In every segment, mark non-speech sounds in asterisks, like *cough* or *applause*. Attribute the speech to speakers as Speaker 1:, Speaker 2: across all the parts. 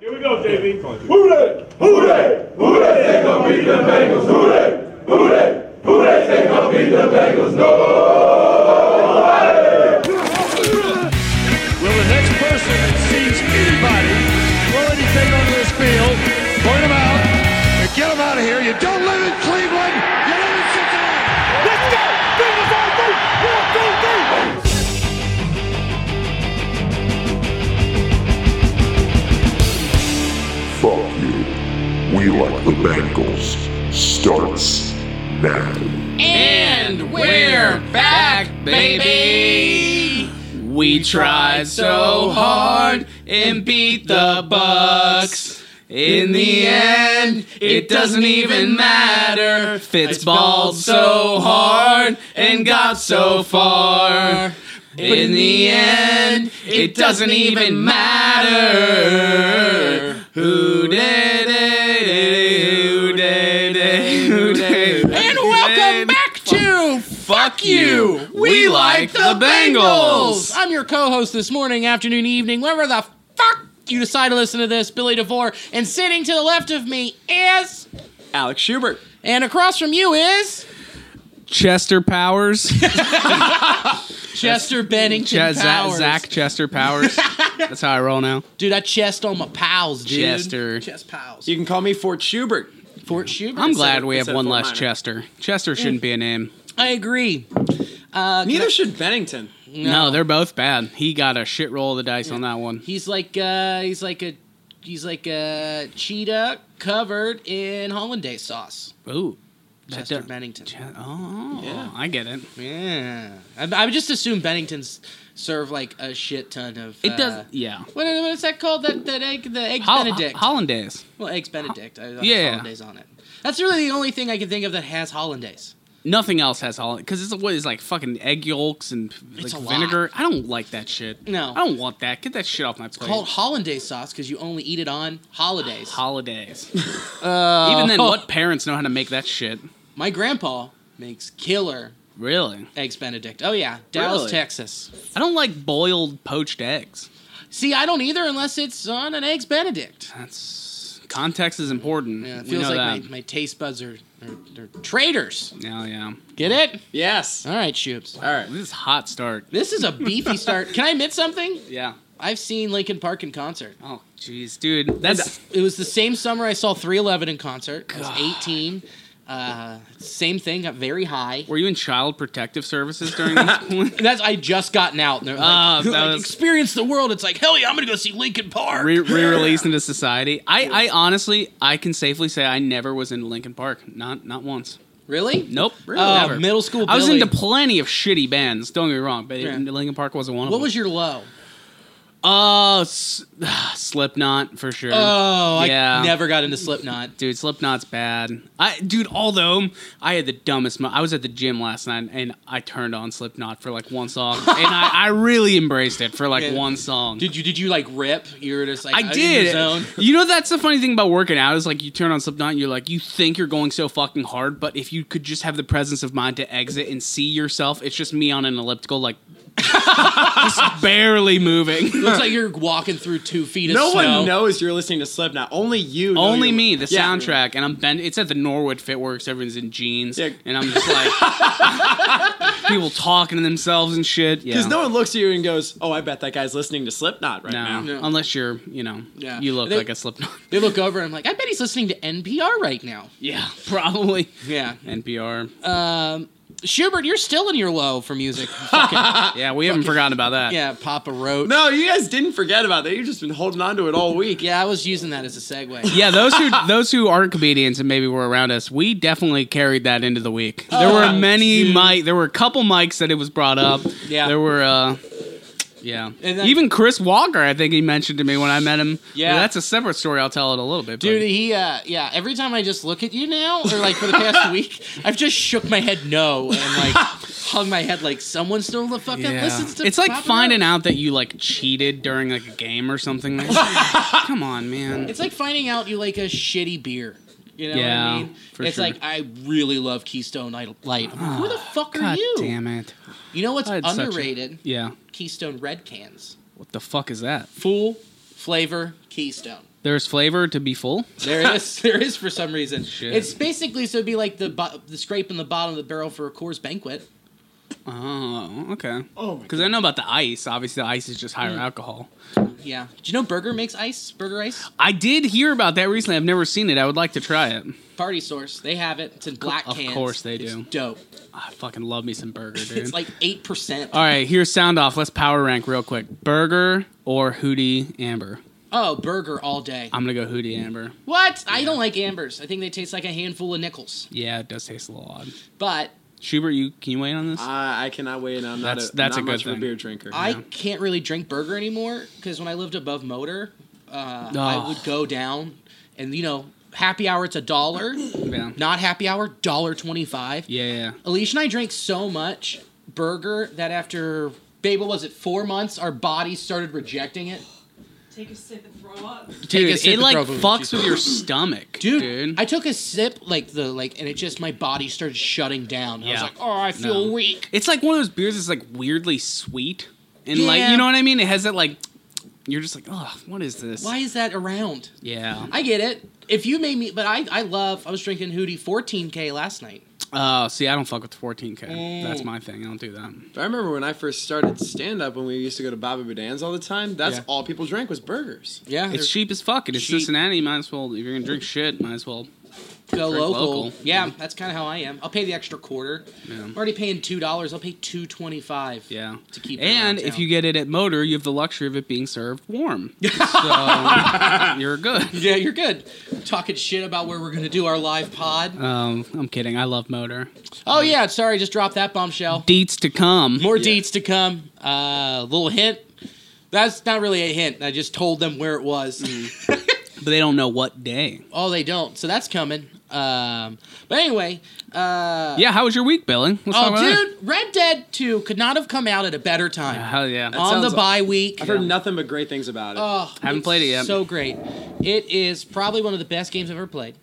Speaker 1: Here we go, JV.
Speaker 2: Who they? Who they? Who they say gonna beat the Bengals? Who they? Who they? Who they say gonna beat the Bengals? Nobody.
Speaker 3: Will the next person that sees anybody throw anything onto this field, point them out, and get them out of here? You don't live in Cleveland. You live in Cincinnati. Let's go! Bengals on three. One, two, three.
Speaker 4: Fuck you. We like the Bengals. Starts now.
Speaker 5: And we're back, baby! We tried so hard and beat the Bucks. In the end, it doesn't even matter. Fitz balled so hard and got so far. In the end, it doesn't even matter. Who did it? Who did it? Who did it? And welcome back to Fuck You. We like the Bengals.
Speaker 6: I'm your co-host this morning, afternoon, evening, wherever the fuck you decide to listen to this, Billy DeVore. And sitting to the left of me is,
Speaker 5: Alex Schubert.
Speaker 6: and across from you is
Speaker 7: Chester
Speaker 6: *laughs*
Speaker 7: Powers,
Speaker 6: Chester Bennington
Speaker 7: Ja- Za-
Speaker 6: Powers.
Speaker 7: Zach Chester
Speaker 6: *laughs*
Speaker 7: Powers. That's how I roll now.
Speaker 6: Dude, I chest on my pals, dude.
Speaker 7: Chester.
Speaker 6: Chest pals.
Speaker 5: You can call me Fort Schubert.
Speaker 6: Fort Schubert.
Speaker 7: I'm
Speaker 6: said-
Speaker 7: glad we have
Speaker 5: instead of
Speaker 7: one
Speaker 5: Fort
Speaker 7: less
Speaker 5: Minor.
Speaker 7: Chester. Chester shouldn't be a name.
Speaker 6: I agree.
Speaker 5: Neither should Bennington.
Speaker 7: No. they're both bad. He got a shit roll of the dice on that one.
Speaker 6: He's like uh he's like a he's like a cheetah covered in hollandaise sauce.
Speaker 7: Ooh. That
Speaker 6: Chester
Speaker 7: do-
Speaker 6: Bennington.
Speaker 7: Che- Oh, I get it.
Speaker 6: Yeah, I, I would just assume Benningtons serve like a shit ton of.
Speaker 7: It
Speaker 6: uh,
Speaker 7: does, yeah.
Speaker 6: What is, what is that called? That that egg, the eggs
Speaker 7: Hol-
Speaker 6: Benedict.
Speaker 7: Hollandaise.
Speaker 6: well, eggs Benedict. I,
Speaker 7: Yeah.
Speaker 6: yeah, hollandaise on it. That's really the only thing I can think of that has hollandaise.
Speaker 7: Nothing else has hollandaise because it's what is like fucking egg yolks and like
Speaker 6: It's a lot.
Speaker 7: vinegar. I don't like that shit.
Speaker 6: No.
Speaker 7: I don't want that. Get that shit off my plate.
Speaker 6: Called hollandaise sauce because you only eat it on holidays. *laughs*
Speaker 7: holidays.
Speaker 6: Oh.
Speaker 7: Even then, what parents know how to make that shit?
Speaker 6: My grandpa makes killer
Speaker 7: Really?
Speaker 6: eggs Benedict. Oh yeah, Dallas,
Speaker 5: Really?
Speaker 6: Texas.
Speaker 7: I don't like boiled poached eggs.
Speaker 6: See, I don't either unless it's on an eggs Benedict.
Speaker 7: That's context is important.
Speaker 6: Yeah, it
Speaker 7: we
Speaker 6: feels
Speaker 7: know
Speaker 6: like
Speaker 7: that.
Speaker 6: my, my taste buds are, are, are traitors.
Speaker 7: yeah, yeah.
Speaker 6: Get it?
Speaker 5: Yes.
Speaker 6: All right, Shoops.
Speaker 5: All right.
Speaker 7: This is a hot start.
Speaker 6: This is a beefy start. Can I admit something?
Speaker 7: Yeah.
Speaker 6: I've seen Lincoln Park in concert.
Speaker 7: Oh, jeez, dude. That's
Speaker 6: It was the same summer I saw 311 in concert. I was 18. Uh, same thing, got very high.
Speaker 7: were you in child protective services
Speaker 6: *laughs*
Speaker 7: during this?
Speaker 6: That's I just gotten out. And they're like,
Speaker 7: Ah, that
Speaker 6: like,
Speaker 7: was-
Speaker 6: experience the world. It's like hell yeah, I'm gonna go see Lincoln Park.
Speaker 7: Re- re-released into society. I, I honestly, I can safely say I never was in Lincoln Park. Not, not once.
Speaker 6: really?
Speaker 7: Nope.
Speaker 6: Oh,
Speaker 7: never.
Speaker 6: middle school
Speaker 7: I was
Speaker 6: Billy.
Speaker 7: into plenty of shitty bands. Don't get me wrong, but
Speaker 6: Yeah.
Speaker 7: Lincoln Park wasn't one of
Speaker 6: What
Speaker 7: them.
Speaker 6: was your low?
Speaker 7: Oh, s- *sighs* Slipknot for sure.
Speaker 6: Oh, I
Speaker 7: Yeah.
Speaker 6: never got into Slipknot.
Speaker 7: Dude, Slipknot's bad. I dude, although I had the dumbest. Mo- I was at the gym last night and I turned on Slipknot for like one
Speaker 6: *laughs*
Speaker 7: song, and I, I really embraced it for like
Speaker 6: Yeah.
Speaker 7: one song.
Speaker 6: Did you did you like rip? You were just like
Speaker 7: I
Speaker 6: out in
Speaker 7: did. *laughs*
Speaker 6: your zone.
Speaker 7: You know that's the funny thing about working out is like you turn on Slipknot, and you're like you think you're going so fucking hard, but if you could just have the presence of mind to exit and see yourself, it's just me on an elliptical, like *laughs* just barely moving.
Speaker 6: Looks like you're walking through two feet of
Speaker 5: No
Speaker 6: snow.
Speaker 5: one knows you're listening to Slipknot. Only you. know
Speaker 7: Only
Speaker 5: you're-
Speaker 7: me, the
Speaker 5: Yeah.
Speaker 7: soundtrack, and I'm bent. It's at the Norwood Fitworks. Everyone's in jeans,
Speaker 5: Yeah.
Speaker 7: and I'm just like *laughs* people talking to themselves and shit. Yeah,
Speaker 5: Because no one looks at you and goes, "Oh, I bet that guy's listening to Slipknot right
Speaker 7: no,
Speaker 5: now."
Speaker 6: No.
Speaker 7: unless you're, you know,
Speaker 6: Yeah.
Speaker 7: you look
Speaker 6: They-
Speaker 7: like a Slipknot. *laughs*
Speaker 6: They look over and I'm like, I bet he's listening to NPR right now.
Speaker 7: yeah, probably.
Speaker 6: Yeah. Um,
Speaker 7: NPR.
Speaker 5: Uh,
Speaker 6: Schubert, you're still in your low
Speaker 7: *laughs*
Speaker 6: for music. Fucking-
Speaker 7: yeah, we haven't forgotten about that.
Speaker 6: yeah, Papa wrote.
Speaker 5: No, you guys didn't forget about that. You've just been holding on to it all week.
Speaker 6: Yeah, I was using that as a segue.
Speaker 7: Yeah, those
Speaker 6: *laughs*
Speaker 7: who those who aren't comedians and maybe were around us, we definitely carried that into the week.
Speaker 6: Oh,
Speaker 7: There were many mic, there were a couple mics that it was brought up.
Speaker 6: Yeah.
Speaker 7: there were. uh yeah,
Speaker 6: And then-
Speaker 7: even Chris Walker, I think he mentioned to me when I met him.
Speaker 6: Yeah.
Speaker 7: But that's a separate story. I'll tell it a little bit. but-
Speaker 6: Dude, he, uh, yeah, every time I just look at you now, or like for
Speaker 7: *laughs*
Speaker 6: the past week, I've just shook my head no and like hung my head like someone still the fucking
Speaker 7: Yeah.
Speaker 6: listens to
Speaker 7: it's like
Speaker 6: Papa
Speaker 7: finding
Speaker 6: Roach.
Speaker 7: out that you like cheated during like a game or something. Like,
Speaker 6: *laughs*
Speaker 7: come on, man.
Speaker 6: It's like finding out you like a shitty beer. You know what
Speaker 7: Yeah,
Speaker 6: I mean?
Speaker 7: for
Speaker 6: it's
Speaker 7: sure. Ah,
Speaker 6: like I really love Keystone Idol- Light. I'm like, Who the fuck are
Speaker 7: God
Speaker 6: you?
Speaker 7: damn it.
Speaker 6: You know what's
Speaker 7: I had such a-
Speaker 6: underrated?
Speaker 7: Yeah.
Speaker 6: Keystone Red cans.
Speaker 7: What the fuck is that?
Speaker 6: Full flavor Keystone.
Speaker 7: There's flavor to be full.
Speaker 6: There is,
Speaker 7: *laughs*
Speaker 6: there is for some reason. It's basically so it'd be like the bo- the scrape in the bottom of the barrel for a Coors Banquet.
Speaker 7: Oh, okay.
Speaker 1: Oh my
Speaker 7: Because I know about the ice. Obviously, the ice is just
Speaker 6: Mm.
Speaker 7: higher alcohol.
Speaker 6: Yeah. Do you know Burger makes ice? Burger ice.
Speaker 7: I did hear about that recently. I've never seen it. I would like to try it.
Speaker 6: Party source. They have it. It's in black
Speaker 7: Of
Speaker 6: cans.
Speaker 7: course they
Speaker 6: It's
Speaker 7: do.
Speaker 6: Dope.
Speaker 7: I Ah, fucking love me some
Speaker 6: *laughs*
Speaker 7: burger, dude.
Speaker 6: It's like eight percent.
Speaker 7: All right, here's sound off. Let's power rank real quick. Burger or Hootie Amber?
Speaker 6: Oh, burger all day.
Speaker 7: I'm gonna go Hootie
Speaker 6: Mm.
Speaker 7: Amber.
Speaker 6: what? I don't like ambers. I think they taste like a handful of nickels.
Speaker 7: Yeah, it does taste a little odd.
Speaker 6: But
Speaker 7: Schubert, you can you weigh in on this?
Speaker 6: Uh,
Speaker 1: I, I cannot wait. I'm not
Speaker 7: That's-
Speaker 1: a,
Speaker 7: that's
Speaker 1: not
Speaker 7: a good
Speaker 1: much of
Speaker 7: thing.
Speaker 1: a beer drinker.
Speaker 6: I can't really drink burger anymore because when I lived above Motor, uh,
Speaker 7: Oh.
Speaker 6: I would go down, and you know, happy hour it's
Speaker 7: *laughs*
Speaker 6: a dollar.
Speaker 7: yeah.
Speaker 6: Not happy hour, dollar twenty five.
Speaker 7: yeah, yeah, yeah.
Speaker 6: Alicia and I drank so much burger that after babe, what was it, four months, our bodies started rejecting it.
Speaker 8: Take a sip and throw up.
Speaker 6: Take a
Speaker 7: Dude,
Speaker 6: sip
Speaker 7: it
Speaker 6: and
Speaker 7: like
Speaker 6: throw booze.
Speaker 7: fucks with your stomach,
Speaker 6: Dude,
Speaker 7: dude.
Speaker 6: I took a sip like the like, and it just my body started shutting down. I was
Speaker 7: Yeah.
Speaker 6: like, oh, I feel
Speaker 7: No.
Speaker 6: weak.
Speaker 7: It's like one of those beers that's like weirdly sweet, and like
Speaker 6: Yeah.
Speaker 7: you know what I mean. It has that like you're just like, oh, what is this?
Speaker 6: Why is that around?
Speaker 7: Yeah.
Speaker 6: I get it. If you made me, but I, I love. I was drinking Hootie 14K last night.
Speaker 7: Oh, see, I don't fuck with 14k. That's my thing. I don't do that.
Speaker 1: But I remember when I first started stand up when we used to go to Baba Boudin's all the time. That's
Speaker 6: Yeah.
Speaker 1: all people drank was burgers.
Speaker 6: Yeah,
Speaker 7: It's cheap as fuck, and it's
Speaker 6: Cheap.
Speaker 7: Cincinnati. You might as well if you're gonna drink shit, might as well.
Speaker 6: go
Speaker 7: drink
Speaker 6: local.
Speaker 7: local.
Speaker 6: Yeah, that's kind of how I am. I'll pay the extra quarter. I'm already paying two dollars. I'll pay two twenty five.
Speaker 7: Yeah.
Speaker 6: to keep. it
Speaker 7: And
Speaker 6: around
Speaker 7: if
Speaker 6: town.
Speaker 7: you get it at Motor, you have the luxury of it being served
Speaker 6: *laughs*
Speaker 7: warm. So you're good.
Speaker 6: yeah, you're good. Talking shit about where we're gonna do our live pod.
Speaker 7: Um, I'm kidding. I love Motor.
Speaker 6: oh yeah, sorry, just dropped that bombshell.
Speaker 7: Deets to come.
Speaker 6: More deets to come. Uh, little hint. That's not really a hint. I just told them where it was.
Speaker 7: Mm. but they don't know what day.
Speaker 6: Oh, they don't. So that's coming. Um, but anyway, uh,
Speaker 7: yeah, how was your week, Billy? Let's talk
Speaker 6: oh,
Speaker 7: about that.
Speaker 6: dude, Red Dead 2 could not have come out at a better time.
Speaker 7: Hell yeah.
Speaker 6: On the
Speaker 1: sounds-
Speaker 6: bye week.
Speaker 1: I've heard nothing but great things about it.
Speaker 6: Oh,
Speaker 7: Haven't
Speaker 6: it's
Speaker 7: played it yet.
Speaker 6: So great. It is probably one of the best games I've ever played.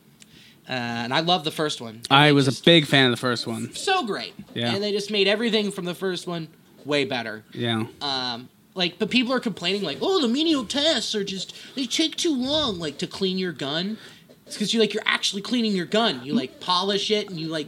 Speaker 6: Uh, and I love the first one.
Speaker 7: I was a big fan of the first one.
Speaker 6: So great.
Speaker 7: Yeah.
Speaker 6: And they just made everything from the first one way better.
Speaker 7: Yeah.
Speaker 6: Um, like, but people are complaining, like, oh, the menial tasks are just, they take too long, like, to clean your gun. It's because you, like, you're actually cleaning your gun. You, like, polish it and you, like,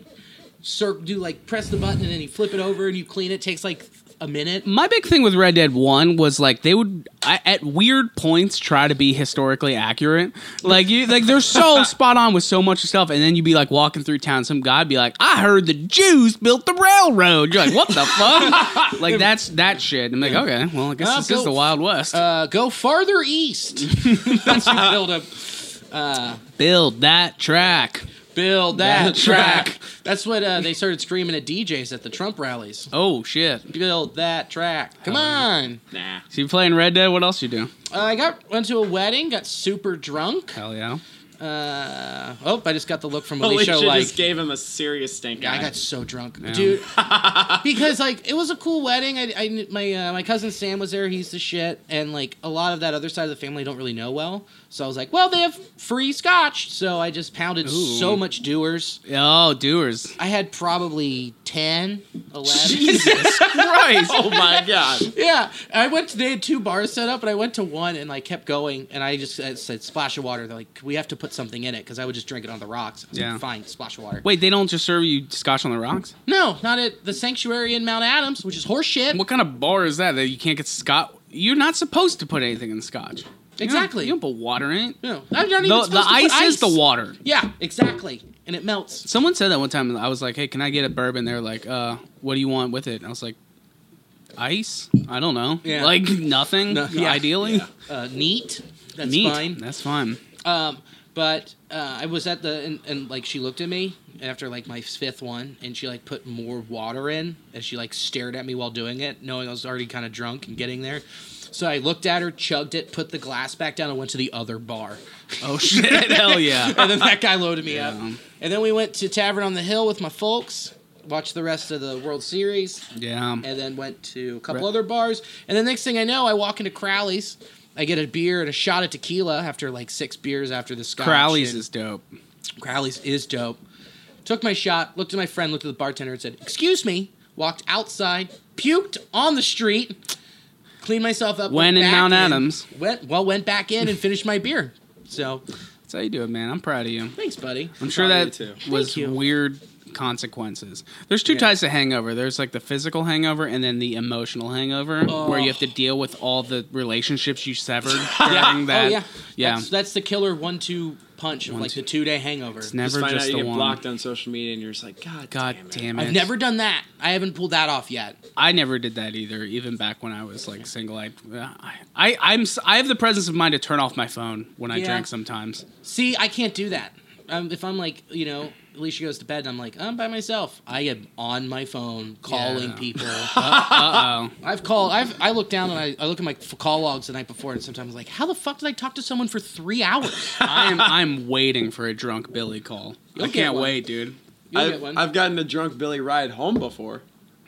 Speaker 6: cir- do, like, press the button and then you flip it over and you clean it. takes, like, a minute.
Speaker 7: my big thing with Red Dead One was like they would I, at weird points try to be historically accurate. Like you, like they're *laughs* so spot on with so much stuff, and then you'd be like walking through town, some guy'd be like, "I heard the Jews built the railroad." You're like, "What the fuck?" *laughs* like that's that shit. I'm like, okay, well, I guess
Speaker 6: Uh,
Speaker 7: this
Speaker 6: go-
Speaker 7: is the Wild West.
Speaker 6: Uh, go farther
Speaker 7: *laughs*
Speaker 6: east. That's your build up.
Speaker 7: Build that track.
Speaker 6: Build that
Speaker 7: That track.
Speaker 6: track. That's what uh, they started screaming at DJs at the Trump rallies.
Speaker 7: Oh shit!
Speaker 6: Build that track. Come on.
Speaker 1: nah.
Speaker 7: So you playing Red Dead? What else you do?
Speaker 6: Uh, I got went to a wedding, got super drunk.
Speaker 7: Hell yeah!
Speaker 6: Uh, oh, I just got the look from
Speaker 1: Alicia
Speaker 6: Alicia. like,
Speaker 1: just gave him a serious stink
Speaker 6: I
Speaker 1: eye.
Speaker 6: got so drunk,
Speaker 7: *laughs*
Speaker 6: dude. because like it was a cool wedding. I, I kn- my uh, my cousin Sam was there. He's the shit, and like a lot of that other side of the family I don't really know well. So I was like, well, they have free scotch, so I just pounded so much doers.
Speaker 7: Oh, *laughs* doers.
Speaker 6: I had probably 10, 11.
Speaker 7: *laughs* Jesus *laughs* Christ!
Speaker 1: oh my god.
Speaker 6: *laughs* yeah, I went. To, they had two bars set up, and I went to one and like kept going, and I just I said splash of water. They're like, we have to put something in it because I would just drink it on the rocks. I was
Speaker 7: Yeah.
Speaker 6: like, fine, splash of water.
Speaker 7: Wait, they don't just serve you scotch on the rocks?
Speaker 6: No, not at the sanctuary in Mount Adams, which is horseshit.
Speaker 7: What kind of bar is that that you can't get scotch? You're not supposed to put anything in scotch.
Speaker 6: Exactly.
Speaker 7: You don't, you don't put water in it.
Speaker 6: No, I'm not even
Speaker 7: The,
Speaker 6: supposed
Speaker 7: the
Speaker 6: to put
Speaker 7: ice, is the water.
Speaker 6: Yeah, exactly, and it melts.
Speaker 7: Someone said that one time. and I was like, "Hey, can I get a bourbon?" They're like, "Uh, what do you want with it?" And I was like, "Ice? I don't know.
Speaker 6: Yeah.
Speaker 7: Like *laughs* nothing.
Speaker 6: No- yeah.
Speaker 7: Ideally,
Speaker 6: Uh, neat. That's
Speaker 7: neat.
Speaker 6: fine.
Speaker 7: That's fine.
Speaker 6: Um, but uh, I was at the and, and like she looked at me after like my fifth one, and she like put more water in, and she like stared at me while doing it, knowing I was already kind of drunk and getting there. So I looked at her, chugged it, put the glass back down, and went to the other bar.
Speaker 7: Oh *laughs* shit! Hell yeah!
Speaker 6: *laughs* And then that guy loaded me up, and then we went to Tavern on the Hill with my folks, watched the rest of the World Series
Speaker 7: Yeah.
Speaker 6: and then went to a couple other bars. And the next thing I know, I walk into Crowley's. I get a beer and a shot of tequila after like six beers after the scotch.
Speaker 7: Crowley's
Speaker 6: and-
Speaker 7: is dope.
Speaker 6: Crowley's is dope. Took my shot, looked at my friend, looked at the bartender, and said, "Excuse me." Walked outside, puked on the street, cleaned myself up.
Speaker 7: When
Speaker 6: went
Speaker 7: in
Speaker 6: back
Speaker 7: Mount Adams?
Speaker 6: Went well, went back in and finished my beer. So
Speaker 7: That's how you do it, man. I'm proud of you.
Speaker 6: thanks, buddy. Oh,
Speaker 7: I'm sure
Speaker 1: proud of
Speaker 7: that
Speaker 1: you too.
Speaker 7: was
Speaker 6: you.
Speaker 7: weird consequences. There's two types of hangover. There's like the physical hangover and then the emotional hangover, where you have to deal with all the relationships you severed during that.
Speaker 6: Oh *laughs* yeah,
Speaker 7: yeah.
Speaker 6: That's, that's the killer one-two punch of like
Speaker 7: two-
Speaker 6: the two-day hangover.
Speaker 7: never
Speaker 1: Just find
Speaker 7: just
Speaker 1: out you
Speaker 7: the
Speaker 1: get
Speaker 7: one.
Speaker 1: blocked on social media and you're just like, God,
Speaker 7: God
Speaker 1: damn it.
Speaker 7: damn it!
Speaker 6: I've never done that. I haven't pulled that off yet.
Speaker 7: I never did that either. Even back when I was like single, I, I, I I'm, s- I have the presence of mind to turn off my phone when I
Speaker 6: Yeah.
Speaker 7: drink sometimes.
Speaker 6: See, I can't do that. Um, if I'm like, you know, Alicia goes to bed and I'm like, I'm by myself. I am on my phone calling
Speaker 7: Yeah. *laughs*
Speaker 6: people.
Speaker 7: Uh oh.
Speaker 6: I've called. I've I look down and I, I look at my f- call logs the night before and sometimes like, how the fuck did I talk to someone for three hours?
Speaker 7: I am, I'm waiting for a drunk Billy call. I
Speaker 6: get
Speaker 7: can't
Speaker 6: one.
Speaker 7: wait, dude.
Speaker 6: You'll
Speaker 1: I've,
Speaker 6: get one.
Speaker 1: I've gotten a drunk Billy ride home before.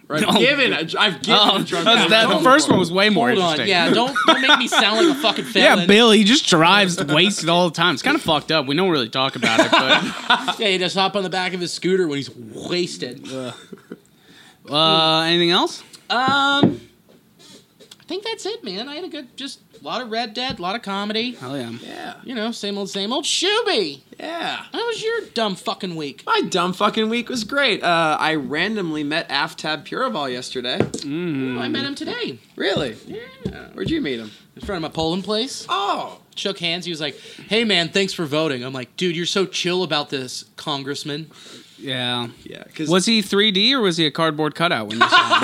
Speaker 1: Or I've
Speaker 7: No.
Speaker 1: given.
Speaker 7: *laughs*
Speaker 1: a- I've given
Speaker 7: Oh,
Speaker 1: a drunk.
Speaker 7: that's-
Speaker 1: Billy
Speaker 7: that, the
Speaker 1: home
Speaker 7: first
Speaker 1: before.
Speaker 7: one was way more
Speaker 6: Hold on,
Speaker 7: interesting.
Speaker 6: yeah. Don't, don't make me sound like a fucking
Speaker 7: *laughs* Yeah,
Speaker 6: felon.
Speaker 7: Bill, he just drives wasted all the time. It's kind of fucked up. We don't really talk about it, but
Speaker 6: Yeah, he just hop on the back of his scooter when he's wasted.
Speaker 7: uh, anything else?
Speaker 6: Um, I think that's it, man. I had a good, just a lot of Red Dead, a lot of comedy.
Speaker 7: Hell yeah.
Speaker 1: Yeah.
Speaker 6: You know, same old, same old. Shooby,
Speaker 1: Yeah.
Speaker 6: how was your dumb fucking week?
Speaker 1: My dumb fucking week was great. Uh, I randomly met Aftab Puraval yesterday.
Speaker 7: Mm.
Speaker 6: Oh, I met him today
Speaker 1: Really? Where'd you meet him?
Speaker 6: in front of my polling place.
Speaker 1: Oh.
Speaker 6: Shook hands. He was like, "Hey, man, thanks for voting." I'm like, "Dude, you're so chill about this, Congressman."
Speaker 7: Yeah.
Speaker 1: Yeah. Because
Speaker 7: Was he 3D or was he a cardboard cutout when you saw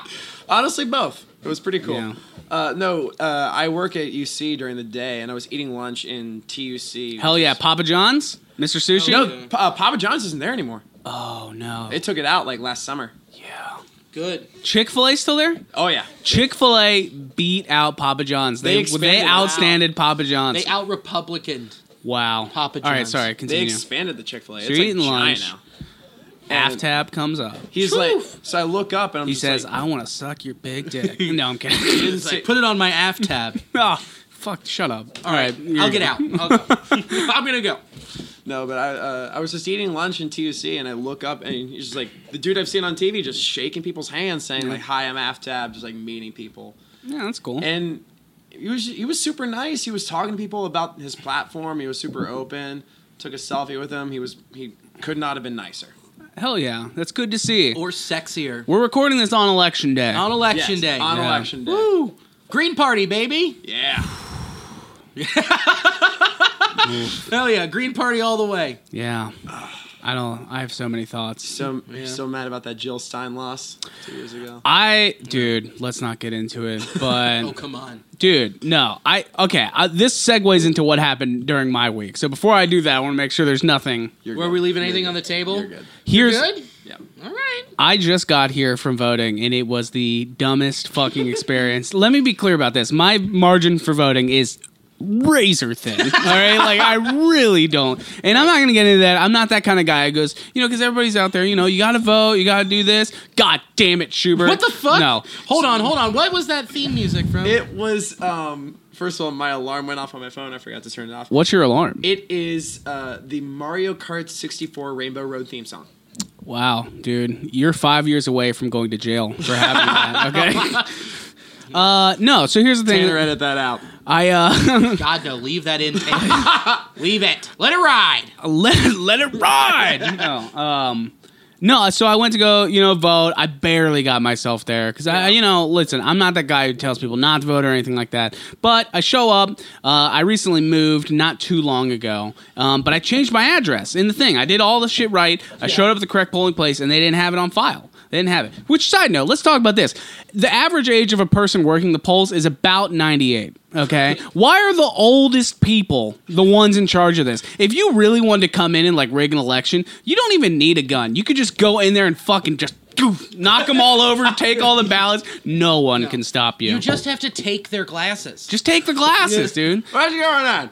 Speaker 7: him?
Speaker 1: honestly, both. It was pretty cool.
Speaker 7: Yeah.
Speaker 1: Uh, no, uh, I work at UC during the day, and I was eating lunch in TUC.
Speaker 7: Hell yeah. Papa John's? Mr. Sushi?
Speaker 1: No, P- uh, Papa John's isn't there anymore.
Speaker 7: Oh, no.
Speaker 1: They took it out like last summer.
Speaker 6: Good.
Speaker 7: Chick fil A still there?
Speaker 1: Oh yeah.
Speaker 7: Chick fil A beat out Papa John's.
Speaker 1: They
Speaker 7: They, they,
Speaker 1: expanded. Wow.
Speaker 7: outstanded Papa John's.
Speaker 6: They out Republicaned.
Speaker 7: wow.
Speaker 6: Papa
Speaker 7: All right,
Speaker 6: John's.
Speaker 7: sorry.
Speaker 1: They
Speaker 7: Continue.
Speaker 1: expanded the Chick Fil A. It's
Speaker 7: you're
Speaker 1: like
Speaker 7: eating lunch.
Speaker 1: giant now.
Speaker 7: Half tap comes up.
Speaker 1: He's like, so I look up and I'm
Speaker 7: He
Speaker 1: just
Speaker 7: says,
Speaker 1: like,
Speaker 7: I want to suck your big dick. no, I'm kidding. *laughs*
Speaker 1: didn't say-
Speaker 6: Put it on my AF
Speaker 1: *laughs*
Speaker 6: tab.
Speaker 7: oh, fuck. Shut up. All right.
Speaker 6: I'll
Speaker 7: you're-
Speaker 6: get out. I'll go. *laughs* I'm gonna go.
Speaker 1: no, but I uh, I was just eating lunch in TUC and I look up and he's just like the dude I've seen on TV just shaking people's hands saying like, hi, I'm AFTAB, just like meeting people.
Speaker 7: Yeah, that's cool.
Speaker 1: And he was he was super nice. He was talking to people about his platform. He was super open. Took a selfie with him. He was he could not have been nicer.
Speaker 7: Hell yeah. That's good to see.
Speaker 6: Or sexier
Speaker 7: We're recording this on election day.
Speaker 6: on election
Speaker 1: Yes,
Speaker 6: day.
Speaker 1: on
Speaker 7: Yeah.
Speaker 1: election day.
Speaker 6: Woo! Green Party, baby.
Speaker 1: Yeah.
Speaker 6: Hell yeah, Green Party all the way.
Speaker 7: yeah. I don't I have so many thoughts.
Speaker 1: So so mad about that Jill Stein loss two years ago.
Speaker 7: I dude, let's not get into
Speaker 6: *laughs*
Speaker 7: it, but
Speaker 6: Oh come on.
Speaker 7: dude, no. I okay, I, this segues into what happened during my week. So before I do that, I want to make sure there's nothing.
Speaker 1: You're
Speaker 6: Were
Speaker 1: good.
Speaker 6: we leaving anything
Speaker 1: good.
Speaker 6: on the table?
Speaker 1: You're good.
Speaker 7: Here's
Speaker 6: Good?
Speaker 1: Yeah.
Speaker 6: All right.
Speaker 7: I just got here from voting and it was the dumbest fucking experience. Let me be clear about this. My margin for voting is razor thin. All right. Like I really don't. And I'm not gonna get into that. I'm not that kind of guy who goes, you know, because everybody's out there, you know, you gotta vote, you gotta do this. God damn it, Schubert.
Speaker 6: What the fuck?
Speaker 7: No.
Speaker 6: Hold on, hold on. What was that theme music from?
Speaker 1: It was um first of all my alarm went off on my phone. I forgot to turn it off.
Speaker 7: What's your alarm?
Speaker 1: It is uh the Mario Kart 64 Rainbow Road theme song.
Speaker 7: Wow, dude, you're five years away from going to jail for having
Speaker 6: *laughs*
Speaker 7: that. Okay. Uh, no. So here's the thing.
Speaker 1: Tanner edit that out.
Speaker 7: I uh, *laughs*
Speaker 6: *laughs* God no, leave that
Speaker 1: *laughs*
Speaker 6: in. Taylor. leave it. Let it ride.
Speaker 1: Oh.
Speaker 7: let let it ride. *laughs* No. Um. No, so I went to go, you know, vote. I barely got myself there because I, you know, listen, I'm not that guy who tells people not to vote or anything like that. But I show up. Uh, I recently moved not too long ago, um, but I changed my address in the thing. I did all the shit right. I showed up at the correct polling place, and they didn't have it on file. They didn't have it. Which side note, let's talk about this. The average age of a person working the polls is about 98. Okay. Why are the oldest people the ones in charge of this? If you really wanted to come in and like rig an election, you don't even need a gun. You could just go in there and fucking just goof, knock them all over, take all the ballots. No one can stop you.
Speaker 6: You just have to take their glasses.
Speaker 7: just take the glasses, dude.
Speaker 1: What's going on?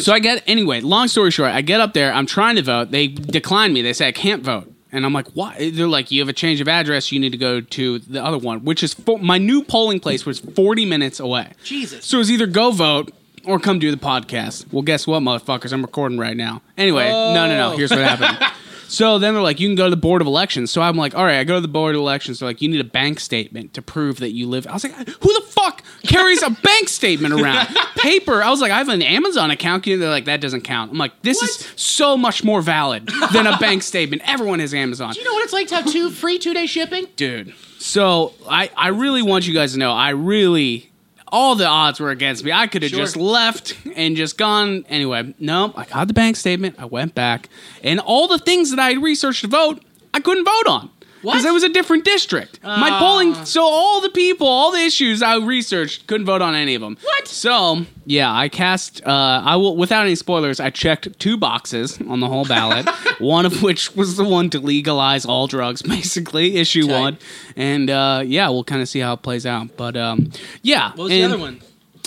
Speaker 7: So I get anyway. Long story short, I get up there. I'm trying to vote. They decline me. They say I can't vote, and I'm like, "Why?" They're like, "You have a change of address. You need to go to the other one, which is fo- my new polling place was 40 minutes away."
Speaker 6: Jesus.
Speaker 7: So it's either go vote or come do the podcast. Well, guess what, motherfuckers? I'm recording right now. Anyway, no, no, no. Here's what happened. So then they're like, you can go to the board of elections. So I'm like, all right, I go to the board of elections. They're like, you need a bank statement to prove that you live. I was like, who the fuck carries a bank statement around? Paper. I was like, I have an Amazon account. They're like, that doesn't count. I'm like, this is so much more valid than a bank statement. Everyone has Amazon.
Speaker 6: You know what it's like to have
Speaker 7: *laughs*
Speaker 6: two free two day shipping?
Speaker 7: dude. So I, I really want you guys to know, I really, all the odds were against me. I could have just left and just gone. Anyway, no, I got the bank statement. I went back. And all the things that I had researched to vote, I couldn't vote on. Because
Speaker 6: What?
Speaker 7: it was a different district. My polling, so all the people, all the issues I researched, couldn't vote on any of them. What? So yeah, I cast. Uh, I will, without any spoilers, I checked two boxes on the whole ballot. one of which was the one to legalize all drugs, basically issue
Speaker 6: Tight.
Speaker 7: one. And uh, yeah, we'll kind of see how it plays out. But um, yeah,
Speaker 6: What was
Speaker 7: and-
Speaker 6: the other one?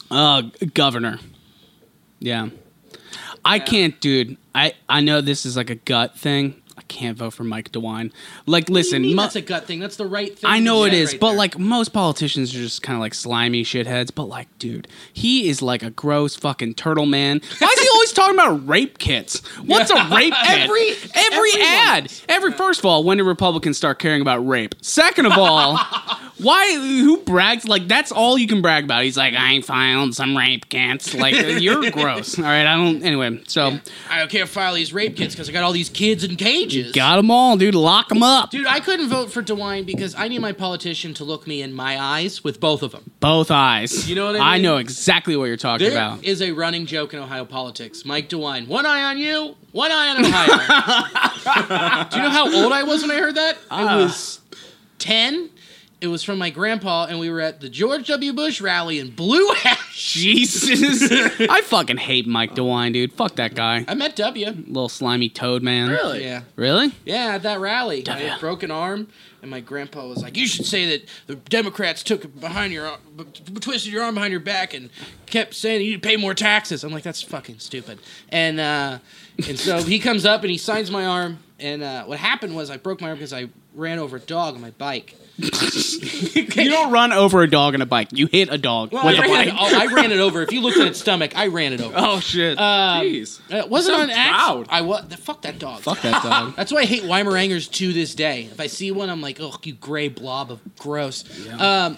Speaker 7: uh, governor. Yeah. I can't, dude. I, I know this is like a gut thing. I can't vote for Mike DeWine. Like, listen,
Speaker 6: Listen,
Speaker 7: mo-
Speaker 6: that's a gut thing. That's the right thing.
Speaker 7: I know
Speaker 6: to
Speaker 7: it
Speaker 6: say
Speaker 7: is,
Speaker 6: right
Speaker 7: but
Speaker 6: there.
Speaker 7: like most politicians are just kind of like slimy shitheads. But like, dude, he is like a gross fucking turtle man. Why is he always talking about rape kits? What's a
Speaker 6: *laughs*
Speaker 7: rape kit?
Speaker 6: Every-
Speaker 7: every
Speaker 6: everyone.
Speaker 7: ad, every first of all, when do Republicans start caring about rape? Second of
Speaker 6: *laughs*
Speaker 7: all, why who brags like that's all you can brag about? He's like, I ain't filed some rape kits.
Speaker 6: *laughs*
Speaker 7: Like you're gross. All right, I don't. Anyway, so
Speaker 6: I can't file these rape kits because I got all these kids in cages.
Speaker 7: got them all, dude. Lock them up.
Speaker 6: Dude, I couldn't vote for DeWine because I need my politician to look me in my eyes with both of them.
Speaker 7: Both eyes.
Speaker 6: You know what
Speaker 7: I
Speaker 6: I mean?
Speaker 7: know exactly what you're talking
Speaker 6: There is
Speaker 7: about.
Speaker 6: a running joke in Ohio politics. Mike DeWine, one eye on you, one eye on Ohio.
Speaker 7: *laughs*
Speaker 6: Do you know how old I was when I heard that?
Speaker 7: Ah.
Speaker 6: I was 10. It was from my grandpa, and we were at the George W. Bush rally in Blue Ash.
Speaker 7: *laughs* Jesus. I fucking hate Mike DeWine, dude. Fuck that guy.
Speaker 6: I met W.
Speaker 7: Little slimy toad man.
Speaker 6: Yeah.
Speaker 7: Really?
Speaker 6: Yeah, at that rally, I
Speaker 7: W.
Speaker 6: had a broken arm, and my grandpa was like, "You should say that the Democrats took it behind your, ar- b- b- twisted your arm behind your back, and kept saying you need to pay more taxes." I'm like, "That's fucking stupid." And uh, and so he comes up and he signs my arm. And uh, what happened was I broke my arm because I ran over a dog on
Speaker 7: *laughs*
Speaker 6: my bike.
Speaker 7: You don't run over a dog on a bike. You hit a dog with
Speaker 6: I,
Speaker 7: a
Speaker 6: ran it,
Speaker 7: bike.
Speaker 6: oh, I ran it over. If you looked at its stomach, I ran it over.
Speaker 7: *laughs* Oh, shit.
Speaker 1: Jeez.
Speaker 6: it wasn't on
Speaker 1: proud.
Speaker 6: accident. I was. Fuck that dog.
Speaker 7: Fuck that *laughs* dog.
Speaker 6: That's why I hate Weimaraners to this day. If I see one, I'm like, oh, you gray blob of gross. Um,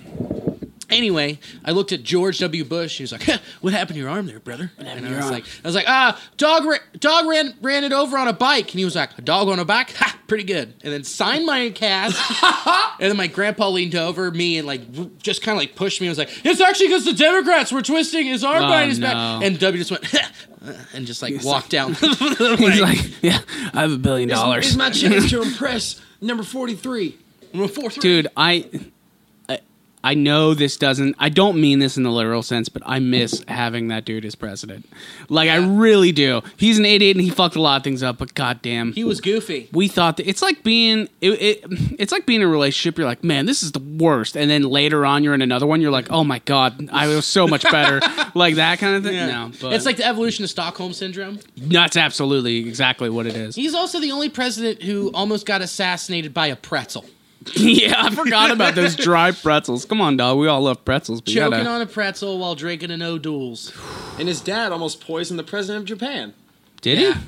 Speaker 6: anyway, I looked at George W. Bush. He was like, "Huh, what happened to your arm there, brother? and I was like, I was like, ah, dog, ra- dog ran ran it over on a bike. And he was like, a dog on a bike? Ha, pretty good. And then signed my *laughs* cast. and then my grandpa leaned over me and like w- just kind of like pushed me. I was like, it's actually because the Democrats were twisting his arm
Speaker 7: Oh,
Speaker 6: behind his
Speaker 7: no.
Speaker 6: back. And W just went, *laughs* and just like walked *laughs* down.
Speaker 7: He's like, *laughs* yeah, I have a billion dollars. *laughs*
Speaker 1: It's my chance to impress number 43.
Speaker 6: Four, three.
Speaker 7: dude I, I i know this doesn't i don't mean this in the literal sense but i miss having that dude as president like i really do he's an idiot and he fucked a lot of things up but goddamn
Speaker 6: He was goofy.
Speaker 7: we thought that it's like being it, it, it's like being in a relationship you're like man this is the worst and then later on you're in another one you're like oh my god i was so much
Speaker 6: *laughs*
Speaker 7: better like that kind of thing no but
Speaker 6: it's like the evolution of Stockholm syndrome.
Speaker 7: that's absolutely exactly what it is
Speaker 6: He's also the only president who almost got assassinated by a pretzel.
Speaker 7: *laughs* yeah i forgot about those dry pretzels come on dog we all love pretzels but you
Speaker 6: Choking
Speaker 7: gotta-
Speaker 6: on a pretzel while drinking an O'Doul's.
Speaker 1: And his dad almost poisoned the president of Japan.
Speaker 7: did
Speaker 6: Yeah.
Speaker 7: he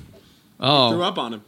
Speaker 7: oh
Speaker 1: Threw up on him.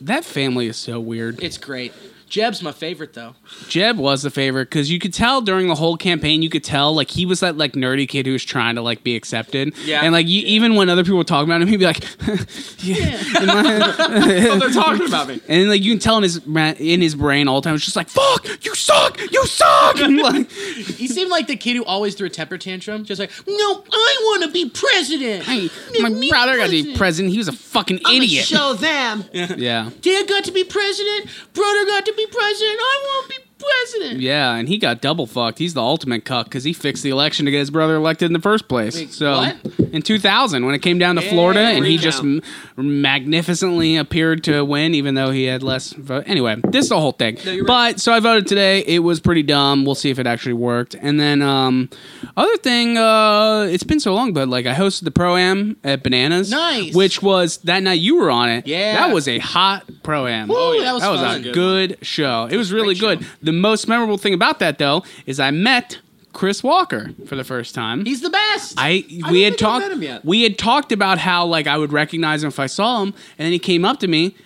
Speaker 7: That family is so weird.
Speaker 6: It's great. Jeb's my favorite though.
Speaker 7: Jeb was the favorite because you could tell during the whole campaign, you could tell like he was that like nerdy kid who was trying to like be accepted.
Speaker 6: Yeah.
Speaker 7: And like you, even when other people were talking about him, he'd be like, *laughs*
Speaker 1: Oh, they're talking
Speaker 7: *laughs*
Speaker 1: about me.
Speaker 7: and like you can tell in his ma- in his brain all the time, it's just like, "Fuck, you suck, you suck." *laughs* And, like,
Speaker 6: He seemed like the kid who always threw a temper tantrum, just like, "No, I want to be president."
Speaker 7: hey, my
Speaker 6: Me
Speaker 7: brother got to be president. He was a fucking idiot.
Speaker 6: Show them.
Speaker 7: yeah.
Speaker 6: Dad got to be president. Brother got to be president. I want to be president.
Speaker 7: Yeah, and he got double fucked. He's the ultimate cuck because he fixed the election to get his brother elected in the first place.
Speaker 6: Wait,
Speaker 7: so
Speaker 6: what?
Speaker 7: in 2000, when it came down to Florida, and he just m- magnificently appeared to win, even though he had less vote. Anyway, this is the whole thing. but so I voted today. It was pretty dumb. We'll see if it actually worked. And then um, other thing, uh, it's been so long, but like I hosted the pro am at Bananas,
Speaker 6: Nice.
Speaker 7: which was that night you were on it.
Speaker 6: Yeah.
Speaker 7: that was a hot pro am.
Speaker 6: Oh, yeah. that was
Speaker 7: that was
Speaker 6: fun.
Speaker 7: a good show. It was really good. The most memorable thing about that though is I met Chris Walker for the first time.
Speaker 6: He's the best.
Speaker 7: I
Speaker 1: don't
Speaker 7: we
Speaker 1: think
Speaker 7: had
Speaker 1: I've
Speaker 7: talked
Speaker 1: met him yet.
Speaker 7: we had talked about how like I would recognize him if I saw him, and then he came up to me,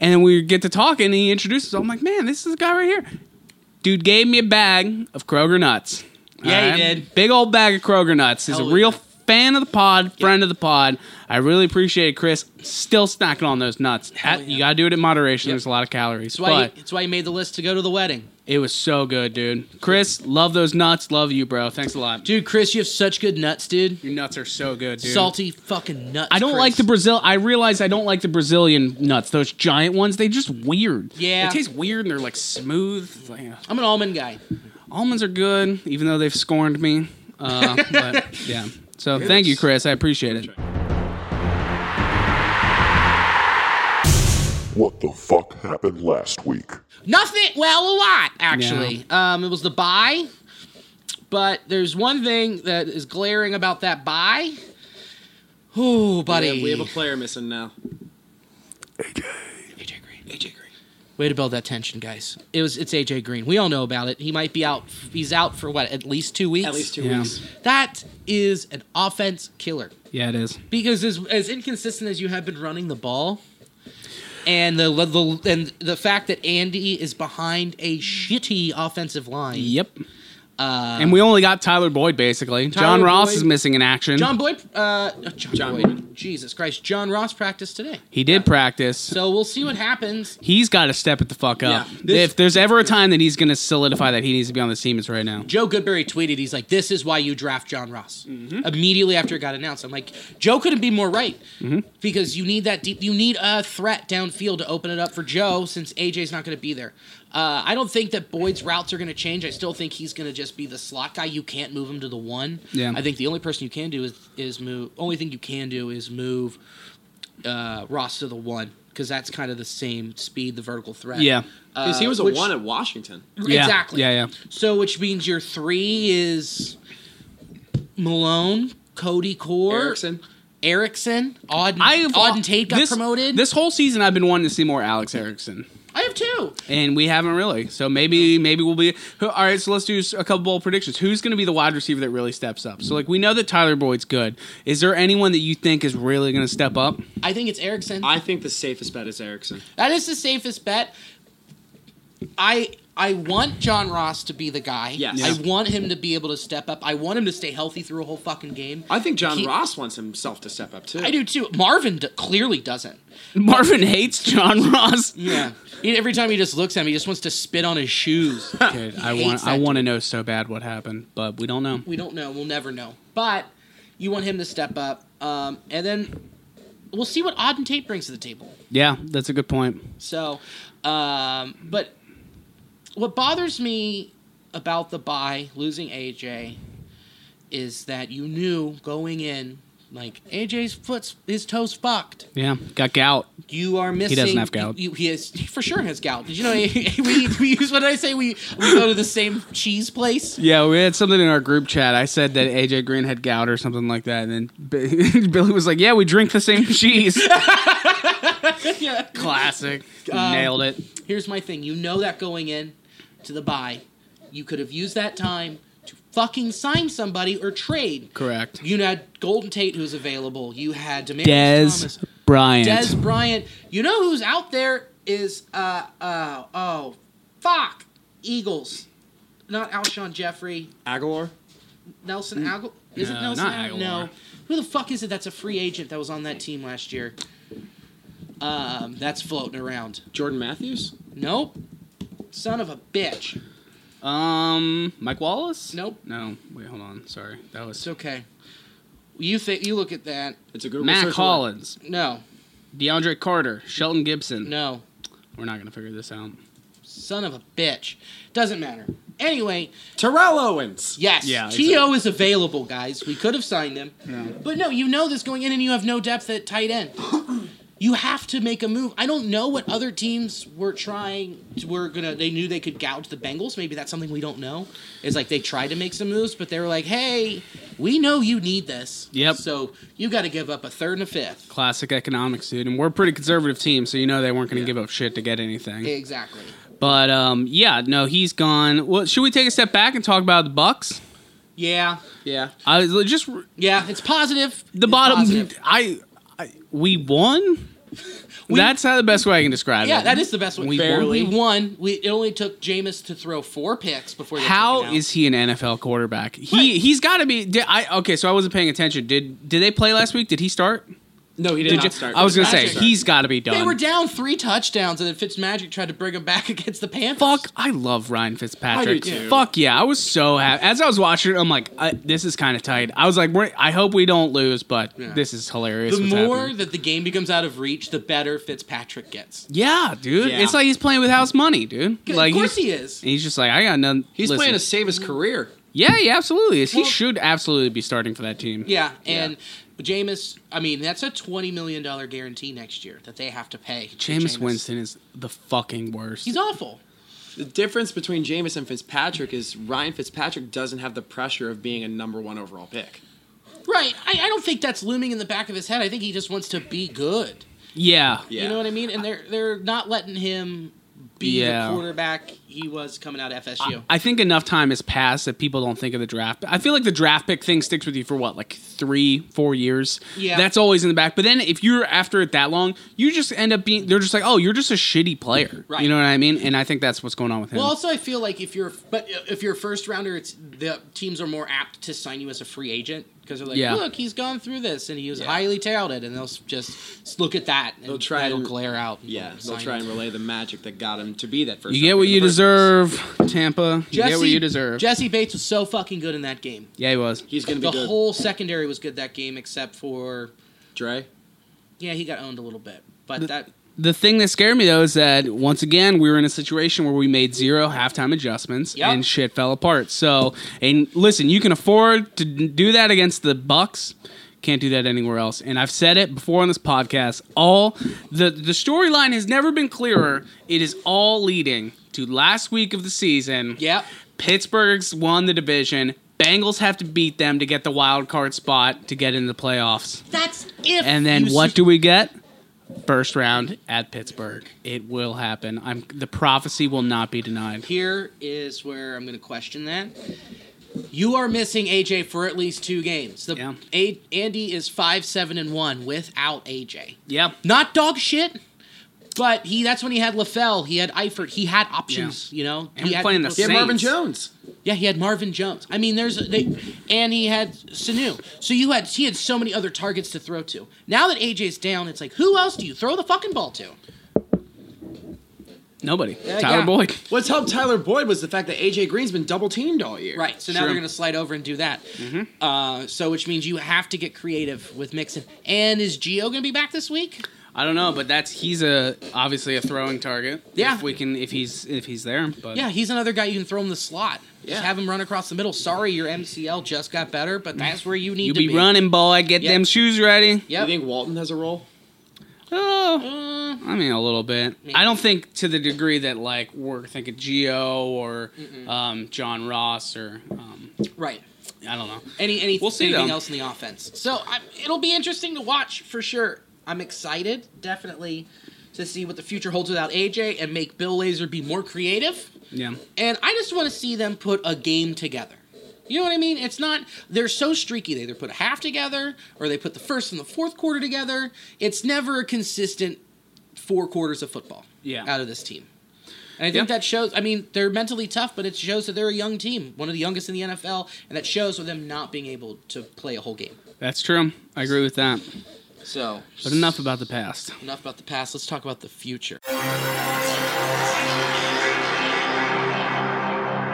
Speaker 7: And then we get to talking, and he introduces. Himself. I'm like, man, this is the guy right here. Dude gave me a bag of Kroger nuts.
Speaker 6: Yeah, he
Speaker 7: All
Speaker 6: did.
Speaker 7: Big old bag of Kroger nuts. He's
Speaker 6: Hell
Speaker 7: a
Speaker 6: yeah.
Speaker 7: real fan of the pod, friend of the pod. I really appreciate it, Chris. Still snacking on those nuts. At- You gotta do it in moderation. There's a lot of calories.
Speaker 6: That's why,
Speaker 7: but
Speaker 6: he, that's why he made the list to go to the wedding.
Speaker 7: it was so good, dude. Chris, love those nuts. Love you, bro. Thanks a lot.
Speaker 6: Dude, Chris, you have such good nuts, dude.
Speaker 7: Your nuts are so good, dude.
Speaker 6: Salty fucking nuts.
Speaker 7: I don't
Speaker 6: Chris.
Speaker 7: like the Brazil. I realize I don't like the Brazilian nuts. Those giant ones, they just weird.
Speaker 6: Yeah.
Speaker 7: they taste weird and they're like smooth. It's like, yeah.
Speaker 6: I'm an almond guy.
Speaker 7: Almonds are good, even though they've scorned me. Uh, *laughs* but yeah. So thank you, Chris. I appreciate it.
Speaker 4: What the fuck happened last week?
Speaker 6: Nothing. Well, a lot actually. Um, it was the buy, but there's one thing that is glaring about that buy. Oh, buddy.
Speaker 1: We have a player missing now.
Speaker 6: AJ Green. AJ Green. Way to build that tension, guys. It was it's AJ Green. We all know about it. He might be out. He's out for what? At least two weeks.
Speaker 1: At least two
Speaker 7: Yeah.
Speaker 1: weeks.
Speaker 6: That is an offense killer
Speaker 7: Yeah, it is.
Speaker 6: because as, as inconsistent as you have been running the ball, and the, the and the fact that Andy is behind a shitty offensive line.
Speaker 7: Yep. and we only got Uh, Tyler Boyd basically. John
Speaker 6: Tyler
Speaker 7: Ross
Speaker 6: Boyd.
Speaker 7: is missing in action.
Speaker 6: John Boyd, uh, John,
Speaker 1: John
Speaker 6: Boyd.
Speaker 1: Boyd.
Speaker 6: Jesus Christ, John Ross practiced today,
Speaker 7: he did practice.
Speaker 6: so we'll see what happens.
Speaker 7: he's got to step it the fuck up.
Speaker 1: Yeah. This-
Speaker 7: if there's ever a time that he's going to solidify that he needs to be on this team, it's right now.
Speaker 6: Joe Goodberry tweeted, he's like, "This is why you draft John Ross."
Speaker 7: Mm-hmm.
Speaker 6: Immediately after it got announced, I'm like, Joe couldn't be more right
Speaker 7: Mm-hmm.
Speaker 6: because you need that deep, you need a threat downfield to open it up for Joe since AJ's not going to be there. Uh, I don't think that Boyd's routes are going to change. I still think he's going to just be the slot guy. You can't move him to the one.
Speaker 7: Yeah.
Speaker 6: I think the only person you can do is is move. Only thing you can do is move uh, Ross to the one because that's kind of the same speed, the vertical threat.
Speaker 7: Yeah.
Speaker 1: Because he was a
Speaker 6: which-
Speaker 1: one at Washington.
Speaker 7: Yeah.
Speaker 6: Exactly.
Speaker 7: Yeah, yeah.
Speaker 6: So, which means your three is Malone, Cody Core,
Speaker 1: Erickson.
Speaker 6: Erickson, Auden,
Speaker 7: I have
Speaker 6: Auden Tate got
Speaker 7: this-
Speaker 6: promoted.
Speaker 7: This whole season, I've been wanting to see more Alex Erickson,
Speaker 6: I have two.
Speaker 7: and we haven't really. So maybe, maybe we'll be who- all right. So let's do a couple bold predictions. Who's going to be the wide receiver that really steps up? So like we know that Tyler Boyd's good. Is there anyone that you think is really going to step up? *laughs*
Speaker 6: I think it's Erickson.
Speaker 1: I think the safest bet is Erickson.
Speaker 6: that is the safest bet. I I want John Ross to be the guy.
Speaker 1: Yes.
Speaker 6: I
Speaker 1: Yeah.
Speaker 6: want him to be able to step up. I want him to stay healthy through a whole fucking game.
Speaker 1: I think John
Speaker 6: He-
Speaker 1: Ross wants himself to step up too.
Speaker 6: I do too. Marvin d- clearly doesn't.
Speaker 7: Marvin hates John *laughs* Ross.
Speaker 6: Yeah. Every time he just looks at me, he just wants to spit on his
Speaker 1: *laughs*
Speaker 6: shoes.
Speaker 7: Dude, I
Speaker 6: hates
Speaker 7: want,
Speaker 6: that
Speaker 7: I
Speaker 6: dude.
Speaker 7: want to know so bad what happened, but we don't know.
Speaker 6: We don't know. We'll never know. But you want him to step up. Um, and then we'll see what Auden Tate brings to the table.
Speaker 7: Yeah, that's a good point.
Speaker 6: So, um, but what bothers me about the buy losing AJ is that you knew going in, like AJ's foot's his toes fucked.
Speaker 7: Yeah, got gout.
Speaker 6: You are missing.
Speaker 7: doesn't have gout.
Speaker 6: You, he has he for sure has gout. Did you know *laughs* we, we use what did I say? We we go to the same cheese place.
Speaker 7: Yeah, we had something in our group chat. I said that AJ Green had gout or something like that, and then B- *laughs* Billy was like, "Yeah, we drink the same cheese."
Speaker 6: *laughs* yeah. Uh,
Speaker 7: Classic, nailed it.
Speaker 6: Here's my thing. You know that going in to the buy, you could have used that time to fucking sign somebody or trade.
Speaker 7: Correct.
Speaker 6: You had Golden Tate who's available. You had Demaryius Thomas.
Speaker 7: Dez Bryant.
Speaker 6: Des Bryant. You know who's out there is uh uh oh fuck Eagles. Not Alshon Jeffrey.
Speaker 1: Aguilar.
Speaker 6: Nelson Aguilar. Is
Speaker 7: Mm. No,
Speaker 6: it Nelson
Speaker 7: not
Speaker 6: Aguilar?
Speaker 7: Aguilar.
Speaker 6: No. Who the fuck is it that's a free agent that was on that team last year? Um, that's floating around.
Speaker 1: Jordan Matthews.
Speaker 6: Nope. Son of a bitch.
Speaker 7: um, Mike Wallace.
Speaker 6: Nope.
Speaker 7: No, wait, hold on. Sorry, that was
Speaker 6: It's okay. You think you look at that?
Speaker 1: It's a good
Speaker 7: Mac
Speaker 1: research
Speaker 7: Hollins,
Speaker 6: No,
Speaker 7: DeAndre Carter, Shelton Gibson.
Speaker 6: no,
Speaker 7: We're not gonna figure this out.
Speaker 6: son of a bitch. Doesn't matter. Anyway,
Speaker 1: work. Terrell Owens.
Speaker 6: yes,
Speaker 7: Yeah,
Speaker 6: To is available, guys. We could have signed him, but no, you know this going in, and you have no depth at tight end.
Speaker 7: *laughs*
Speaker 6: You have to make a move. I don't know what other teams were trying. Were gonna. They knew they could gouge the Bengals. Maybe that's something we don't know. It's like they tried to make some moves, but they were like, "Hey, we know you need this.
Speaker 7: Yep.
Speaker 6: So you got to give up a third and a fifth.
Speaker 7: Classic economics, dude. And we're a pretty conservative team, so you know they weren't gonna give up shit to get anything.
Speaker 6: Exactly.
Speaker 7: But um, yeah, no, he's gone. Well, should we take a step back and talk about the Bucks?
Speaker 6: Yeah.
Speaker 1: Yeah.
Speaker 7: I was just
Speaker 6: Yeah, it's positive.
Speaker 7: the
Speaker 6: It's
Speaker 7: bottom.
Speaker 6: positive.
Speaker 7: I, I we won. That's how the best way I can describe it.
Speaker 6: *laughs* Yeah, that is the best one.
Speaker 7: We
Speaker 1: Barely.
Speaker 6: We won. We it only took Jameis to throw four picks before. he got
Speaker 7: How
Speaker 6: taken out.
Speaker 7: is he an NFL quarterback? He he's got to be. Did I okay? So I wasn't paying attention. Did did they play last week? Did he start?
Speaker 1: No, he did,
Speaker 7: Did
Speaker 1: not
Speaker 7: you-
Speaker 1: start.
Speaker 7: I was gonna say
Speaker 6: Magic.
Speaker 7: he's got to be done.
Speaker 6: they were down three touchdowns, and then Fitzmagic tried to bring him back *laughs* against the Panthers.
Speaker 7: Fuck, I love Ryan Fitzpatrick.
Speaker 1: I do too.
Speaker 7: Fuck yeah, I was so happy as I was watching. it, I'm like, I, this is kind of tight. I was like, we're, I hope we don't lose, but this is hilarious.
Speaker 6: The
Speaker 7: what's
Speaker 6: more
Speaker 7: happening.
Speaker 6: that the game becomes out of reach, the better Fitzpatrick gets.
Speaker 7: yeah, dude,
Speaker 1: Yeah.
Speaker 7: it's like he's playing with house money, dude. Like
Speaker 6: of course
Speaker 7: he's,
Speaker 6: he is.
Speaker 7: he's just like, I got none.
Speaker 1: He's
Speaker 7: listen.
Speaker 1: playing to save his career.
Speaker 7: Yeah, yeah, absolutely. He
Speaker 6: Well-
Speaker 7: should absolutely be starting for that team.
Speaker 6: Yeah, and Jameis. I mean, that's a twenty million dollar guarantee next year that they have to pay. to
Speaker 7: Jameis Winston is the fucking worst.
Speaker 6: He's awful.
Speaker 1: The difference between Jameis and Fitzpatrick is Ryan Fitzpatrick doesn't have the pressure of being a number one overall pick.
Speaker 6: Right. I, I don't think that's looming in the back of his head. I think he just wants to be good.
Speaker 7: yeah,
Speaker 1: Yeah.
Speaker 6: You know what I mean? And they're they're not letting him be
Speaker 7: Yeah.
Speaker 6: the quarterback he was coming out of FSU.
Speaker 7: I think enough time has passed that people don't think of the draft. I feel like the draft pick thing sticks with you for what, like three, four years.
Speaker 6: Yeah.
Speaker 7: that's always in the back. But then if you're after it that long, you just end up being. They're just like, oh, you're just a shitty player.
Speaker 6: Right.
Speaker 7: You know what I mean? And I think that's what's going on with him.
Speaker 6: well, also I feel like if you're but if you're a first rounder, it's the teams are more apt to sign you as a free agent because they're like,
Speaker 7: Yeah.
Speaker 6: look, he's gone through this and he was highly talented, and they'll s- just s- look at that and
Speaker 1: They'll try
Speaker 6: that'll
Speaker 1: and-
Speaker 6: glare out. and
Speaker 1: Yeah, they'll
Speaker 6: sign
Speaker 1: try
Speaker 6: him.
Speaker 1: and relay the magic that got him to be that first.
Speaker 7: you get
Speaker 1: round
Speaker 7: what
Speaker 1: pick in
Speaker 7: you
Speaker 1: the first
Speaker 7: deserve, Tampa. You
Speaker 6: Jesse,
Speaker 7: get what you deserve.
Speaker 6: Jesse Bates was so fucking good in that game.
Speaker 7: yeah, he was.
Speaker 1: place. He's going to
Speaker 6: The
Speaker 1: be good.
Speaker 6: whole secondary was good that game, except for
Speaker 1: Dre.
Speaker 6: yeah, he got owned a little bit, but that
Speaker 7: The thing that scared me though is that once again we were in a situation where we made zero halftime adjustments
Speaker 6: Yep.
Speaker 7: and shit fell apart. So, and listen, you can afford to d- do that against the Bucks. Can't do that anywhere else. And I've said it before on this podcast. All the the storyline has never been clearer. It is all leading to last week of the season.
Speaker 6: Yep.
Speaker 7: Pittsburgh's won the division. Bengals have to beat them to get the wild card spot to get in the playoffs.
Speaker 6: That's if.
Speaker 7: And then
Speaker 6: you
Speaker 7: what
Speaker 6: see-
Speaker 7: do we get? First round at Pittsburgh. It will happen. I'm the prophecy will not be denied.
Speaker 6: Here is where I'm going to question that. You are missing AJ for at least two games. The
Speaker 7: Yeah.
Speaker 6: A- Andy is five seven and one without AJ.
Speaker 7: Yeah.
Speaker 6: Not dog shit, but he. That's when he had LaFell. He had Eifert. He had options. You know,
Speaker 7: And
Speaker 6: he
Speaker 7: we're playing the
Speaker 1: He had
Speaker 7: Saints.
Speaker 1: Marvin Jones.
Speaker 6: Yeah, he had Marvin Jones. I mean, there's they, and he had Sanu. So you had he had so many other targets to throw to. Now that AJ's down, it's like who else do you throw the fucking ball to?
Speaker 7: Nobody.
Speaker 6: Yeah,
Speaker 7: Tyler
Speaker 6: yeah.
Speaker 7: Boyd.
Speaker 1: What's helped Tyler Boyd was the fact that AJ Green's been double teamed all year.
Speaker 6: Right. So now
Speaker 7: Sure. Mm-hmm.
Speaker 6: they're going to slide over and do that. Uh, so which means you have to get creative with Mixon. And is Gio going to be back this week?
Speaker 7: I don't know, but that's he's a obviously a throwing target.
Speaker 6: Yeah.
Speaker 7: If we can if he's if he's there. But
Speaker 6: Yeah, he's another guy you can throw in the slot.
Speaker 1: Yeah.
Speaker 6: Just have him run across the middle. Sorry, your MCL just got better, but that's where you need
Speaker 7: you
Speaker 6: to
Speaker 7: Mm. be, running, boy. Get
Speaker 6: Yep.
Speaker 7: them shoes ready.
Speaker 1: You
Speaker 6: Yep.
Speaker 1: think Walton has a role?
Speaker 7: Oh,
Speaker 6: Uh,
Speaker 7: I mean a little bit. I don't think to the degree that like we're thinking Geo or um, John Ross or um,
Speaker 6: right.
Speaker 7: I don't know.
Speaker 6: Any, any
Speaker 7: We'll see,
Speaker 6: anything
Speaker 7: though.
Speaker 6: else in the offense? So I, it'll be interesting to watch for sure. I'm excited, definitely, to see what the future holds without AJ and make Bill Lazor be more creative.
Speaker 7: Yeah.
Speaker 6: And I just want to see them put a game together. You know what I mean? It's not they're so streaky. They either put a half together or they put the first and the fourth quarter together. It's never a consistent four quarters of football
Speaker 7: Yeah.
Speaker 6: out of this team. And I think
Speaker 7: Yeah.
Speaker 6: that shows I mean, they're mentally tough, but it shows that they're a young team, one of the youngest in the NFL, and that shows with them not being able to play a whole game.
Speaker 7: That's true. I agree with that.
Speaker 6: So
Speaker 7: But enough about the past.
Speaker 6: enough about the past, let's talk about the future.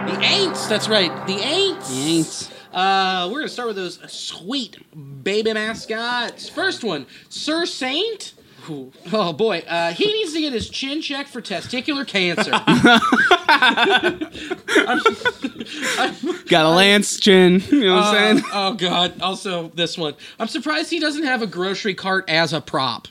Speaker 6: The Aints, that's right. The Aints. Uh, we're gonna start with those sweet baby mascots. First one, Sir Saint. Oh boy, uh, he needs to get his chin checked for testicular *laughs* cancer.
Speaker 7: Got a Lance chin. *laughs* You know what I'm
Speaker 6: Uh,
Speaker 7: saying?
Speaker 6: oh god. Also, this one. I'm surprised he doesn't have a grocery cart as a prop.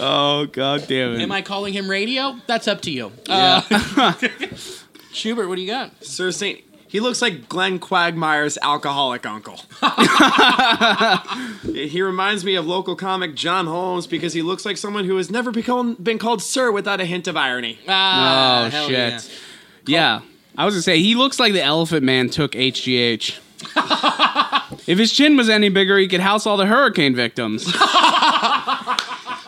Speaker 7: Oh god damn it.
Speaker 6: Am I calling him radio? That's up to you. Uh, *laughs* Schubert, what do you got?
Speaker 1: Sir Saint. He looks like Glenn Quagmire's alcoholic *laughs* uncle. he reminds me of local comic John Holmes because he looks like someone who has never become, been called Sir without a hint of irony.
Speaker 6: Ah,
Speaker 7: oh
Speaker 6: hell
Speaker 1: *laughs*
Speaker 7: shit. Yeah. I was gonna say he looks like the Elephant Man took HGH. If his chin was any bigger, he could house all the hurricane
Speaker 1: *laughs*
Speaker 7: victims.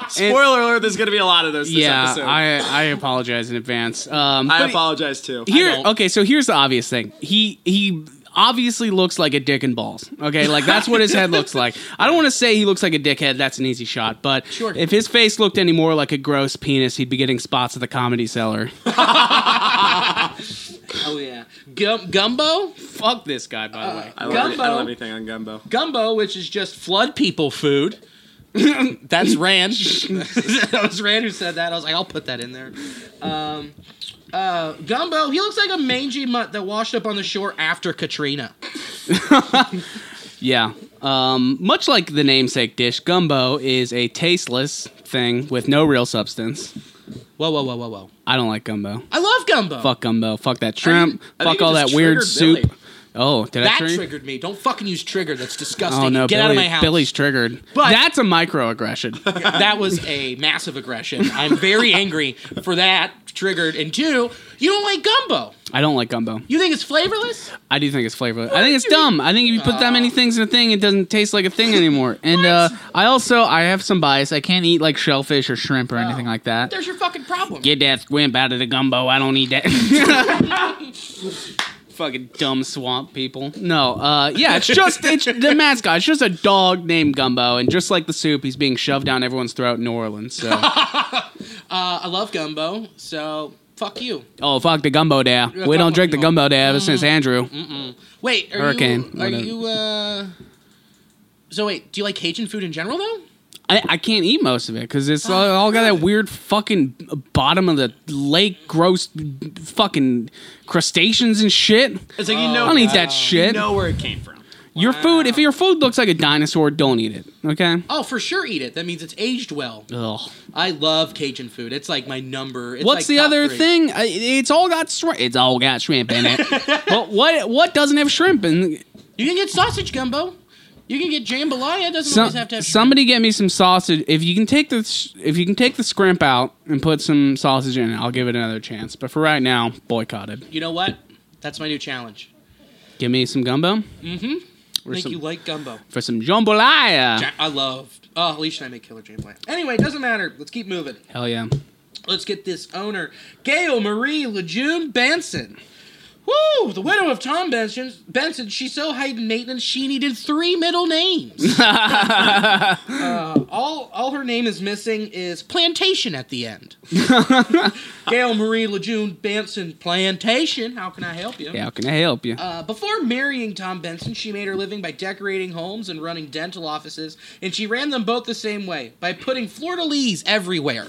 Speaker 1: Spoiler alert, there's going to be a lot of this this
Speaker 7: yeah,
Speaker 1: episode.
Speaker 7: I, I apologize in advance. Um,
Speaker 1: I
Speaker 7: but-
Speaker 1: apologize too.
Speaker 7: Here,
Speaker 6: don't.
Speaker 7: okay, so here's the obvious thing. He he obviously looks like a dick and balls. Okay, like that's what his head looks like. I don't want to say he looks like a dickhead. That's an easy shot. But
Speaker 6: Sure.
Speaker 7: if his face looked any more like a gross penis, he'd be getting spots at the comedy
Speaker 1: *laughs*
Speaker 7: cellar.
Speaker 6: Oh yeah, Gum- Gumbo,
Speaker 7: Fuck this guy, by the way.
Speaker 1: I don't, have, any-
Speaker 6: Gumbo.
Speaker 1: I don't have anything on Gumbo.
Speaker 6: Gumbo, which is just flood people food. *laughs* That's Rand. that was Rand who said that. I was like, I'll put that in there. Um, uh, Gumbo, he looks like a mangy mutt that washed up on the shore after Katrina.
Speaker 7: Yeah. Um, much like the namesake dish, gumbo is a tasteless thing with no real substance.
Speaker 6: Whoa, whoa, whoa, whoa, whoa!
Speaker 7: I don't like gumbo.
Speaker 6: I love Gumbo.
Speaker 7: Fuck gumbo. Fuck that shrimp.
Speaker 1: I
Speaker 7: Fuck
Speaker 1: think it
Speaker 7: all that
Speaker 1: just
Speaker 7: weird
Speaker 1: triggered
Speaker 7: soup.
Speaker 1: Billy.
Speaker 7: Oh, did I
Speaker 6: That
Speaker 7: trigger? you?
Speaker 6: triggered me. Don't fucking use trigger. That's disgusting.
Speaker 7: Oh no,
Speaker 6: Get
Speaker 7: Billy,
Speaker 6: out of my house. *laughs*
Speaker 7: Billy's triggered.
Speaker 6: But-
Speaker 7: that's a microaggression.
Speaker 6: that was a massive aggression. I'm very angry for that. Triggered. And two, you don't like gumbo.
Speaker 7: I don't like gumbo.
Speaker 6: You think it's flavorless?
Speaker 7: I do think it's flavorless. I think it's dumb. I think if you put that many things in a thing, it doesn't taste like a thing
Speaker 6: *laughs*
Speaker 7: anymore. And uh, I also I have some bias. I can't eat like shellfish or shrimp or anything
Speaker 6: Oh.
Speaker 7: like that.
Speaker 6: There's your fucking problem.
Speaker 7: Get that squimp out of the gumbo. I don't need that. *laughs* Fucking dumb swamp people. No, uh, yeah, it's just
Speaker 6: *laughs*
Speaker 7: it's the mascot. It's just a dog named Gumbo, and just like the soup, he's being shoved down everyone's throat in New Orleans. So,
Speaker 6: I love gumbo, so fuck you.
Speaker 7: oh fuck the gumbo there. We don't drink the gumbo there ever
Speaker 1: Mm.
Speaker 7: since Andrew.
Speaker 6: Wait, are
Speaker 7: Hurricane,
Speaker 6: you are
Speaker 7: whatever.
Speaker 6: you uh So wait, do you like Cajun food in general though?
Speaker 7: I, I can't eat most of it because it's all,
Speaker 1: Oh,
Speaker 7: all got that weird fucking bottom of the lake, gross fucking crustaceans and shit.
Speaker 1: It's like, you know,
Speaker 7: I don't eat that shit.
Speaker 1: know where it came from.
Speaker 7: Your food, if your food looks like a dinosaur, don't eat it. Okay.
Speaker 6: Oh, for sure eat it. That means it's aged well.
Speaker 7: Ugh.
Speaker 6: I love Cajun food. It's like my number. It's
Speaker 7: What's
Speaker 6: like
Speaker 7: the
Speaker 6: top
Speaker 7: other
Speaker 6: three.
Speaker 7: thing? I, it's all got shrimp. It's all got shrimp in
Speaker 1: *laughs*
Speaker 7: it. but what what doesn't have shrimp? And
Speaker 6: You can get sausage gumbo. You can get jambalaya. It doesn't
Speaker 7: some,
Speaker 6: always have to have
Speaker 7: somebody get me some sausage. If you can take the sh- if you can take the scrimp out and put some sausage in it, I'll give it another chance. But for right now, boycotted.
Speaker 6: You know what? That's my new challenge.
Speaker 7: Give me some gumbo.
Speaker 6: I think
Speaker 7: some-
Speaker 6: Mm-hmm. you like gumbo.
Speaker 7: for some jambalaya.
Speaker 6: I love. Oh, Alicia and I make killer jambalaya. Anyway, doesn't matter. Let's keep moving.
Speaker 7: Hell yeah.
Speaker 6: Let's get this owner, Gail Marie Lejeune Benson. Woo! The widow of Tom Benson. Benson. She's so high in maintenance she needed three middle names. Uh, all all her name is missing is plantation at the end. Gail Marie Lejeune Benson Plantation. How can I help you?
Speaker 7: Yeah, how can I help you?
Speaker 6: Uh, before marrying Tom Benson, she made her living by decorating homes and running dental offices, and she ran them both the same way by putting fleur de lis everywhere.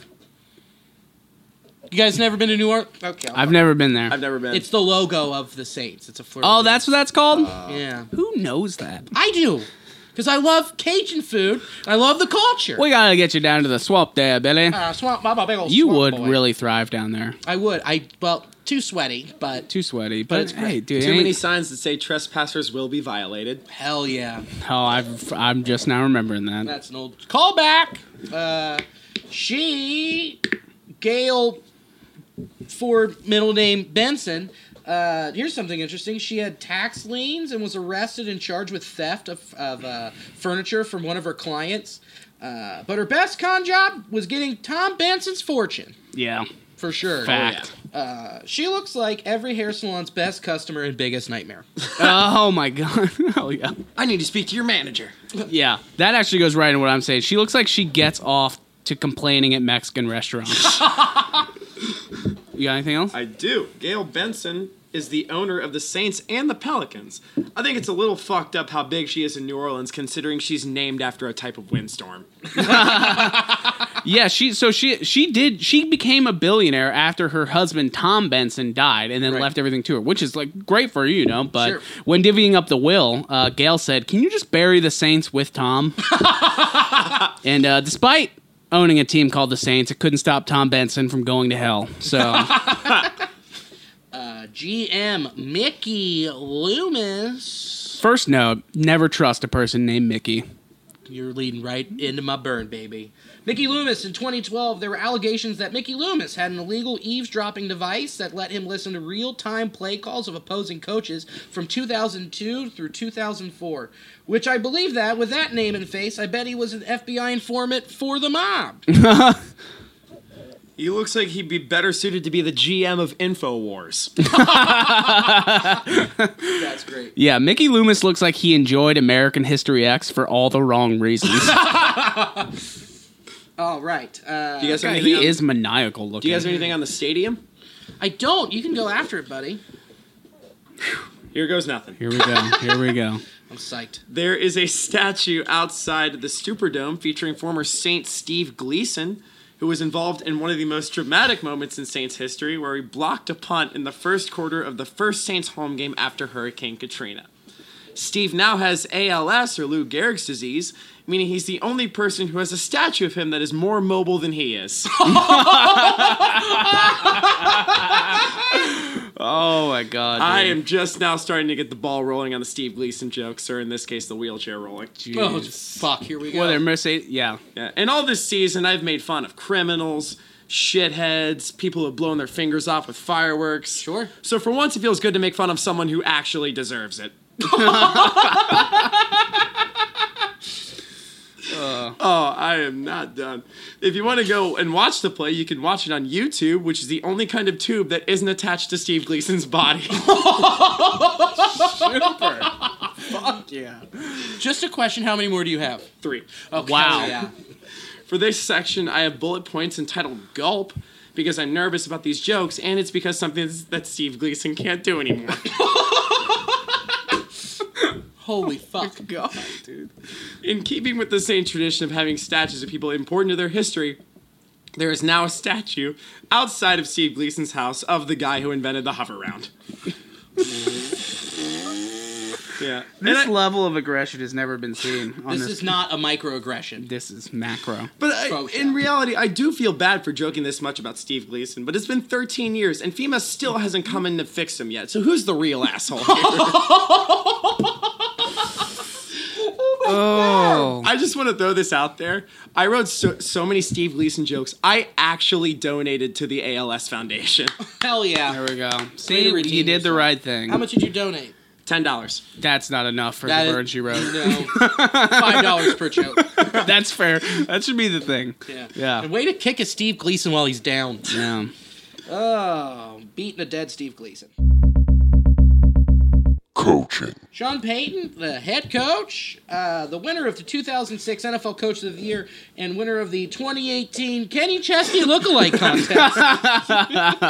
Speaker 6: You guys never been to New York? Okay. I'll-
Speaker 7: I've never been there.
Speaker 1: I've never been.
Speaker 6: it's the logo of the Saints. It's a fleur. de
Speaker 7: oh,
Speaker 6: lis.
Speaker 7: that's what that's called?
Speaker 6: yeah.
Speaker 7: Who knows that?
Speaker 6: I do, because I love Cajun food. I love the culture.
Speaker 7: We gotta get you down to the swamp there, Billy.
Speaker 6: uh, swamp, Baba, big old
Speaker 7: you
Speaker 6: swamp
Speaker 7: would
Speaker 6: boy.
Speaker 7: really thrive down there.
Speaker 6: I would. I well, too sweaty, but
Speaker 7: Too sweaty, but,
Speaker 6: it's
Speaker 7: hey,
Speaker 6: great.
Speaker 7: dude,
Speaker 1: Too
Speaker 7: ain't-
Speaker 1: many signs that say trespassers will be violated.
Speaker 6: hell yeah.
Speaker 7: oh, I've, I'm just now remembering that.
Speaker 6: That's an old callback. Uh, she, Gail, for middle name Benson. Uh, here's something interesting. She had tax liens and was arrested and charged with theft of, of uh, furniture from one of her clients. Uh, but her best con job was getting Tom Benson's fortune,
Speaker 7: Yeah,
Speaker 6: for sure.
Speaker 7: fact. *laughs*
Speaker 6: Uh, she looks like every hair salon's best customer and biggest nightmare.
Speaker 7: Oh, my god. *laughs* oh yeah.
Speaker 1: I need to speak to your manager.
Speaker 7: Yeah, that actually goes right in what I'm saying. She looks like she gets off to complaining at Mexican
Speaker 6: *laughs*
Speaker 7: restaurants. you got anything else?
Speaker 1: I do. Gail Benson is the owner of the Saints and the Pelicans. I think it's a little fucked up how big she is in New Orleans, considering she's named after a type of windstorm.
Speaker 7: Yeah, she so she she did she became a billionaire after her husband Tom Benson died and then
Speaker 6: Right.
Speaker 7: left everything to her, which is like great for you, you know. But
Speaker 6: Sure.
Speaker 7: when divvying up the will, uh, Gail said, "Can you just bury the Saints with
Speaker 6: *laughs*
Speaker 7: Tom?" and uh, despite owning a team called the Saints, it couldn't stop Tom Benson from going to hell.
Speaker 6: *laughs*
Speaker 7: So
Speaker 6: Uh, GM Mickey Loomis.
Speaker 7: first note: never trust a person named Mickey.
Speaker 6: You're leading right into my burn, baby. Mickey Loomis in 2012, there were allegations that Mickey Loomis had an illegal eavesdropping device that let him listen to real time play calls of opposing coaches from 2002 through 2004. Which I believe that, with that name and face, I bet he was an FBI informant for the mob.
Speaker 1: He looks like he'd be better suited to be the GM of InfoWars.
Speaker 6: *laughs* That's great.
Speaker 7: Yeah, Mickey Loomis looks like he enjoyed American History X for all the wrong reasons.
Speaker 6: All right. Uh,
Speaker 1: Do you guys have anything?
Speaker 7: *laughs*
Speaker 1: on,
Speaker 7: he is maniacal looking.
Speaker 1: Do you guys have anything on the stadium?
Speaker 6: I don't. You can go after it, buddy.
Speaker 1: Here goes nothing.
Speaker 7: Here we go. Here we go.
Speaker 6: I'm psyched.
Speaker 1: There is a statue outside the Superdome featuring former Saint Steve Gleason, who was involved in one of the most dramatic moments in Saints history, where he blocked a punt in the first quarter of the first Saints home game after Hurricane Katrina. Steve now has ALS or Lou Gehrig's disease, meaning he's the only person who has a statue of him that is more mobile than he is.
Speaker 7: Oh my god.
Speaker 1: I am just now starting to get the ball rolling on the Steve Gleason jokes, or in this case, the wheelchair rolling.
Speaker 6: Oh, fuck. Here we go.
Speaker 7: Well, they're Mercedes. Yeah.
Speaker 1: Yeah. And Uh, all this season, I've made fun of criminals, shitheads, people who have blown their fingers off with fireworks.
Speaker 6: Sure.
Speaker 1: So for once, it feels good to make fun of someone who actually deserves it. *laughs* Oh, I am not done. If you want to go and watch the play, you can watch it on YouTube, which is the only kind of tube that isn't attached to Steve Gleason's body. *laughs*
Speaker 6: Yeah. Just a question. How many more do you have?
Speaker 1: Three.
Speaker 6: Okay,
Speaker 7: Wow.
Speaker 6: Yeah.
Speaker 1: For this section, I have bullet points entitled Gulp because I'm nervous about these jokes, and it's because something that Steve Gleason can't do anymore. *laughs*
Speaker 6: Holy fuck.
Speaker 1: God, dude. In keeping with the same tradition of having statues of people important to their history, there is now a statue outside of Steve Gleason's house of the guy who invented the hover round. *laughs* yeah. And I-
Speaker 7: level of aggression has never been seen on
Speaker 6: This is not a microaggression.
Speaker 7: This is macro.
Speaker 1: but I-
Speaker 6: Pro shot.
Speaker 1: in reality, I do feel bad for joking this much about Steve Gleason, but it's been 13 years and FEMA still hasn't come in to fix him yet. So who's the real asshole here?
Speaker 7: Oh.
Speaker 1: I just want to throw this out there. I wrote so, so many Steve Gleason jokes. I actually donated to the ALS Foundation. *laughs*
Speaker 6: Hell yeah.
Speaker 7: There we go. See,
Speaker 6: to redeem
Speaker 7: you did the
Speaker 6: yourself.
Speaker 7: right thing.
Speaker 6: How much did you donate?
Speaker 1: $10.
Speaker 7: That's not enough for
Speaker 6: That
Speaker 7: the
Speaker 6: is-
Speaker 7: bird she
Speaker 6: *laughs*
Speaker 7: wrote.
Speaker 6: No. Five dollars per joke.
Speaker 7: That's fair. That should be the thing.
Speaker 6: Yeah.
Speaker 7: Yeah.
Speaker 6: And way to kick a Steve Gleason while he's down.
Speaker 7: Yeah.
Speaker 6: Oh, beating a dead Steve Gleason.
Speaker 4: Coaching.
Speaker 6: Sean Payton, the head coach, uh, the winner of the 2006 NFL Coach of the Year, and winner of the 2018 Kenny Chesney Lookalike Contest.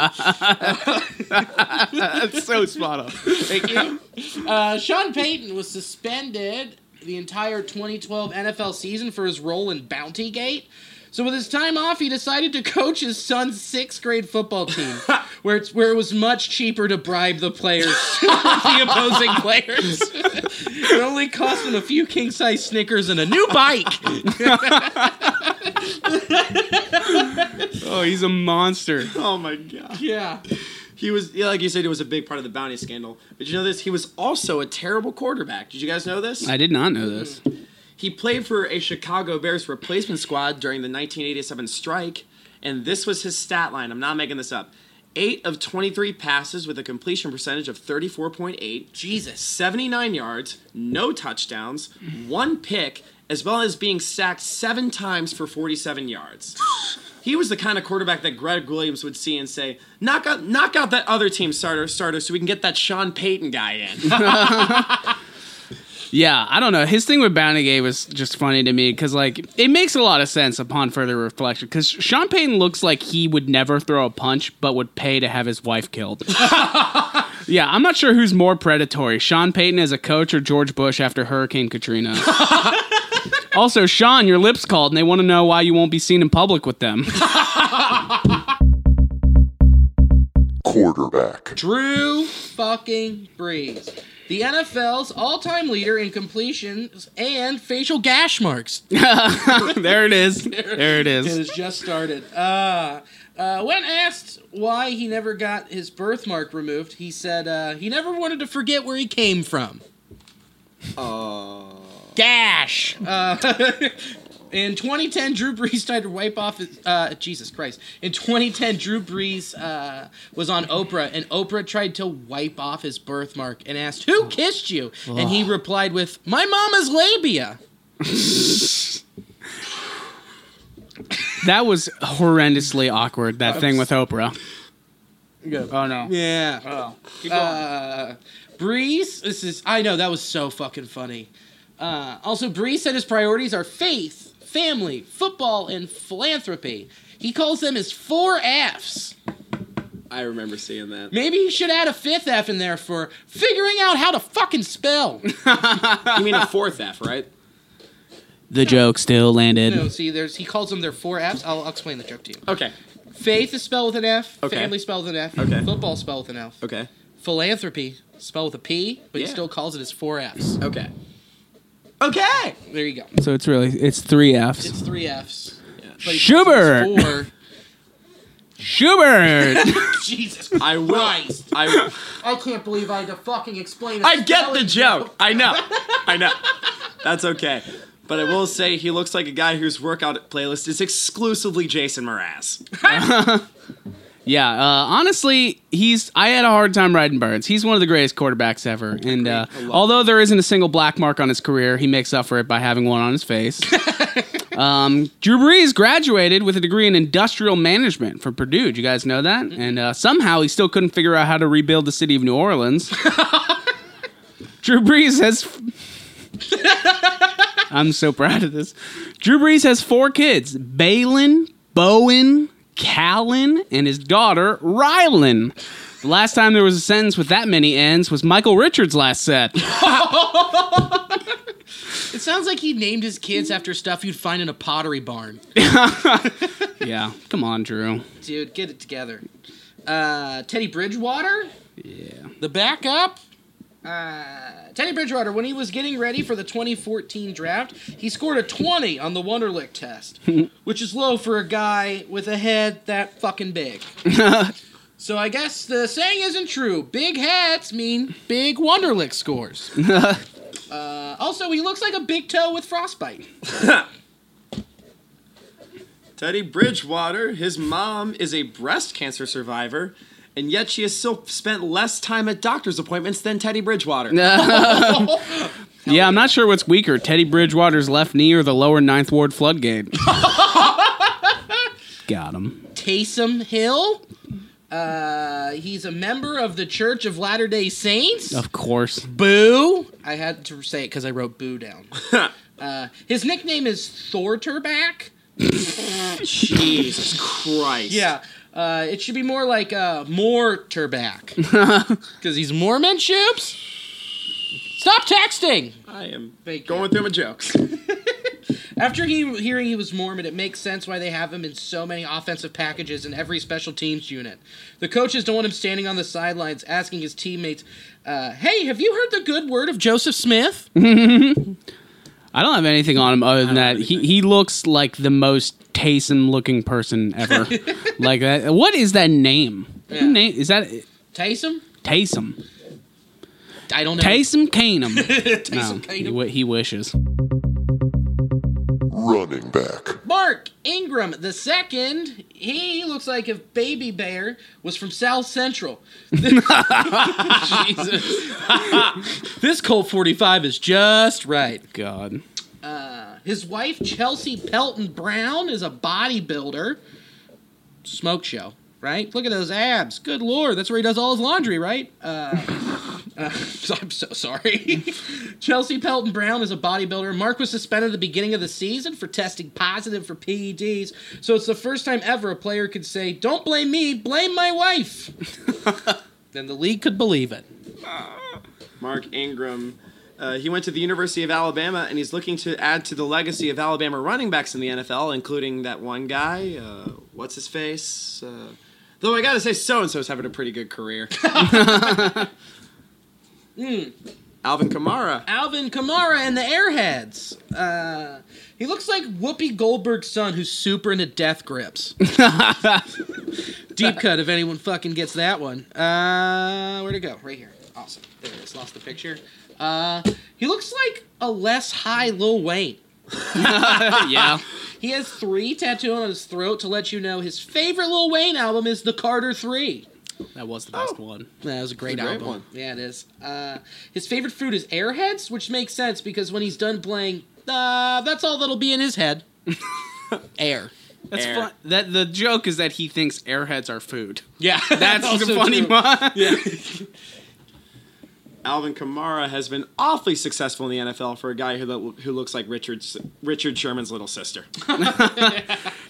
Speaker 7: That's so spot on.
Speaker 6: Thank you. Uh, Sean Payton was suspended the entire 2012 NFL season for his role in Bounty Gate. So with his time off, he decided to coach his son's sixth grade football team, where it's where it was much cheaper to bribe the players, *laughs* the opposing players. it only cost him a few king size Snickers and a new bike.
Speaker 7: Oh, he's a monster.
Speaker 1: Oh my god.
Speaker 6: Yeah.
Speaker 1: He was yeah, like you said, it was a big part of the bounty scandal. But you know this? He was also a terrible quarterback. Did you guys know this?
Speaker 7: I did not know this.
Speaker 1: He played for a Chicago Bears replacement squad during the 1987 strike, and this was his stat line. I'm not making this up. Eight of 23 passes with a completion percentage of 34.8,
Speaker 6: Jesus.
Speaker 1: 79 yards, no touchdowns, one pick, as well as being sacked seven times for 47 yards. He was the kind of quarterback that Greg Williams would see and say, "Knock out, knock out that other team starter, starter, so we can get that Sean Payton guy in."
Speaker 7: Yeah, I don't know. His thing with Bounty Gate was just funny to me because, like, it makes a lot of sense upon further reflection. Because Sean Payton looks like he would never throw a punch, but would pay to have his wife *laughs* killed. yeah, I'm not sure who's more predatory, Sean Payton as a coach or George Bush after Hurricane *laughs* Katrina. also, Sean, your lips called, and they want to know why you won't be seen in public with *laughs* them.
Speaker 4: Quarterback.
Speaker 6: Drew fucking Brees. The NFL's all-time leader in completions and facial gash marks.
Speaker 7: there it is. There it
Speaker 6: It
Speaker 7: is.
Speaker 6: has just started. Uh, uh, when asked why he never got his birthmark removed, he said uh, he never wanted to forget where he came from. Dash. Uh, *laughs* in 2010, Drew Brees tried to wipe off his. Uh, Jesus Christ. In 2010, Drew Brees uh, was on Oprah, and Oprah tried to wipe off his birthmark and asked, Who kissed you? And he replied with, My mama's labia.
Speaker 7: That was horrendously awkward. That thing with Oprah. Oh no.
Speaker 6: Yeah. Oh. Uh, Breeze, this is, I know, that was so fucking funny. Uh, also, Breeze said his priorities are faith, family, football, and philanthropy. He calls them his four F's.
Speaker 1: *laughs* I remember seeing that.
Speaker 6: Maybe he should add a fifth F in there for figuring out how to fucking spell.
Speaker 1: You mean a fourth F, right?
Speaker 7: The joke still landed.
Speaker 6: *laughs* no, see, there's he calls them their four F's. I'll, I'll explain the joke to you.
Speaker 1: Okay.
Speaker 6: Faith is spelled with an F.
Speaker 1: Okay.
Speaker 6: Family spelled with an F.
Speaker 1: Okay.
Speaker 6: Football spelled with an F.
Speaker 1: Okay.
Speaker 6: Philanthropy spelled with a P, but he
Speaker 1: Yeah.
Speaker 6: still calls it his four F's.
Speaker 1: Okay. Okay.
Speaker 6: There you go.
Speaker 7: So it's really it's three
Speaker 6: It's
Speaker 7: Fs.
Speaker 6: three F's. But he
Speaker 7: Schubert.
Speaker 6: says
Speaker 1: *laughs*
Speaker 6: Four.
Speaker 7: Schubert. *laughs*
Speaker 6: Jesus
Speaker 1: I will.
Speaker 6: Christ.
Speaker 1: I.
Speaker 6: I can't believe I had to fucking explain.
Speaker 1: I get the joke. I know. I know. That's okay. But I will say he looks like a guy whose workout playlist is exclusively Jason Mraz.
Speaker 7: yeah. Uh, honestly, he's I had a hard time riding Burns. He's one of the greatest quarterbacks ever. And uh, although there isn't a single black mark on his career, he makes up for it by having one on his *laughs* face. um, Drew Brees graduated with a degree in industrial management from Purdue. Did you guys know that? And uh, somehow he still couldn't figure out how to rebuild the city of New *laughs* Orleans. Drew Brees has. I'm so *laughs* proud of this. Drew Brees has four kids: Balin, Bowen, Callan, and his daughter Rylan. The last time there was a sentence with that many ends was Michael Richards' last set.
Speaker 6: It sounds like he named his kids after stuff you'd find in a pottery barn.
Speaker 7: yeah, come on, Drew.
Speaker 6: Dude, get it together. Uh, Teddy Bridgewater,
Speaker 7: Yeah,
Speaker 6: the backup. Uh, Teddy Bridgewater, when he was getting ready for the 2014 draft, he scored a 20 on the Wonderlick test, which is low for a guy with a head that fucking big. so I guess the saying isn't true. Big hats mean big Wonderlick scores. uh, also, he looks like a big toe with frostbite.
Speaker 1: Teddy Bridgewater, his mom is a breast cancer survivor, and yet she has still spent less time at doctor's appointments than Teddy Bridgewater.
Speaker 7: yeah. I'm not sure what's weaker: Teddy Bridgewater's left knee or the lower Ninth Ward floodgate. Got him.
Speaker 6: Taysom Hill. Uh, he's a member of the Church of Latter Day Saints.
Speaker 7: Of course.
Speaker 6: Boo! I had to say it because I wrote boo down. uh, his nickname is Thorterback.
Speaker 1: Jesus Christ.
Speaker 6: Yeah. Uh, it should be more like uh, *laughs* Morterback. Because he's Mormon ships. Stop texting!
Speaker 1: I am
Speaker 6: Thank
Speaker 1: going
Speaker 6: you.
Speaker 1: through my jokes.
Speaker 6: After he, hearing he was Mormon, it makes sense why they have him in so many offensive packages in every special teams unit. The coaches don't want him standing on the sidelines asking his teammates, uh, Hey, have you heard the good word of Joseph Smith?
Speaker 7: I don't have anything on him other than that. He he looks like the most Taysom looking person *laughs* ever. like that. What is that name? Who
Speaker 6: Yeah.
Speaker 7: name is that
Speaker 6: Taysom?
Speaker 7: Taysom?
Speaker 6: I don't know.
Speaker 7: Taysom *laughs* Canum.
Speaker 6: Taysom
Speaker 7: He,
Speaker 6: Tatum.
Speaker 7: wi- he wishes.
Speaker 4: Running back.
Speaker 6: Mark Ingram the second. He looks like if Baby Bear was from South Central. *laughs* Jesus. this Colt 45 is just right.
Speaker 7: God.
Speaker 6: His wife, Chelsea Pelton Brown, is a bodybuilder. Smoke show, right? Look at those abs. Good lord. That's where he does all his laundry, right? Uh, uh, *laughs* so- I'm so sorry. *laughs* Chelsea Pelton Brown is a bodybuilder. Mark was suspended at the beginning of the season for testing positive for PEDs. So it's the first time ever a player could say, Don't blame me, blame my wife. *laughs* then the league could believe it.
Speaker 1: Mark Ingram. Uh, he went to the University of Alabama, and he's looking to add to the legacy of Alabama running backs in the NFL, including that one guy. Uh, what's his face? Uh, though I gotta say, so and so's having a pretty good career. Hmm. Alvin Kamara.
Speaker 6: Alvin Kamara and the Airheads. Uh, he looks like Whoopi Goldberg's son, who's super into death grips. Deep cut, if anyone fucking gets that one. Uh, where'd it go? Right here. Awesome. There it is. Lost the picture. Uh, He looks like a less high Lil Wayne.
Speaker 7: *laughs* yeah.
Speaker 6: He has three tattooed on his throat to let you know his favorite Lil Wayne album is The Carter Three.
Speaker 7: That was the best one.
Speaker 6: That was a great,
Speaker 1: great
Speaker 6: album.
Speaker 1: one.
Speaker 6: Yeah, it is. Uh, his favorite food is Airheads, which makes sense because when he's done playing, uh, that's all that'll be in
Speaker 7: *laughs*
Speaker 6: his head. Air.
Speaker 7: That's
Speaker 1: Air.
Speaker 7: fun. That the joke is that he thinks airheads are food.
Speaker 6: *laughs* Yeah,
Speaker 7: That's the *laughs* funny one.
Speaker 1: Alvin Kamara has been awfully successful in the NFL for a guy who, lo- who looks like Richard, Richard Sherman's little sister.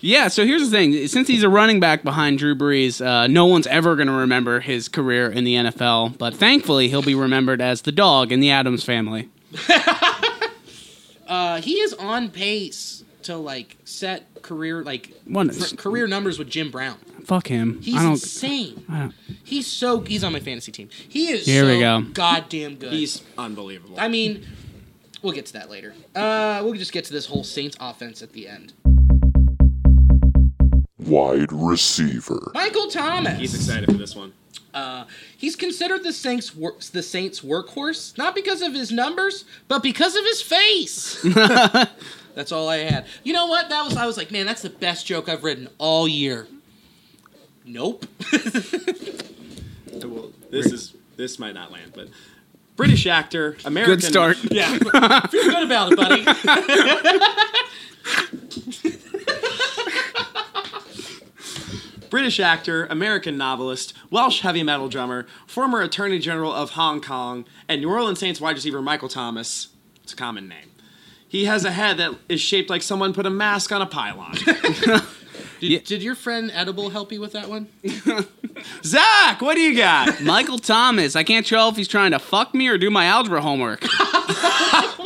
Speaker 7: Yeah, so here's the thing. Since he's a running back behind Drew Brees, uh, no one's ever going to remember his career in the NFL, but thankfully he'll be remembered as the dog in the Adams family.
Speaker 6: Uh, he is on pace to like set career like
Speaker 7: One
Speaker 6: fr- career numbers with Jim Brown.
Speaker 7: Fuck him.
Speaker 6: He's
Speaker 7: I don't
Speaker 6: insane.
Speaker 7: I don't-
Speaker 6: He's so he's on my fantasy team. He is
Speaker 7: Here
Speaker 6: so
Speaker 7: we go.
Speaker 6: goddamn good.
Speaker 1: He's unbelievable.
Speaker 6: I mean, we'll get to that later. Uh, we'll just get to this whole Saints offense at the end.
Speaker 4: Wide receiver.
Speaker 6: Michael Thomas.
Speaker 1: He's excited for this one.
Speaker 6: He's considered the Saints wor- the Saints workhorse, not because of his numbers, but because of his face. that's all I had. You know what? That was I was like, man, that's the best joke I've written all year. Nope. *laughs*
Speaker 1: Well, this is this might not land, but British actor, American.
Speaker 7: Good start.
Speaker 6: *laughs* yeah. Feel good about it, buddy.
Speaker 1: British actor, American novelist, Welsh heavy metal drummer, former Attorney General of Hong Kong, and New Orleans Saints wide receiver Michael Thomas. It's a common name. He has a head that is shaped like someone put a mask on
Speaker 6: *laughs*
Speaker 1: a pylon.
Speaker 6: Did, did your friend Edible help you with that one?
Speaker 1: Zach, what do you got?
Speaker 7: Michael Thomas. I can't tell if he's trying to fuck me or do my algebra
Speaker 6: *laughs*
Speaker 7: homework.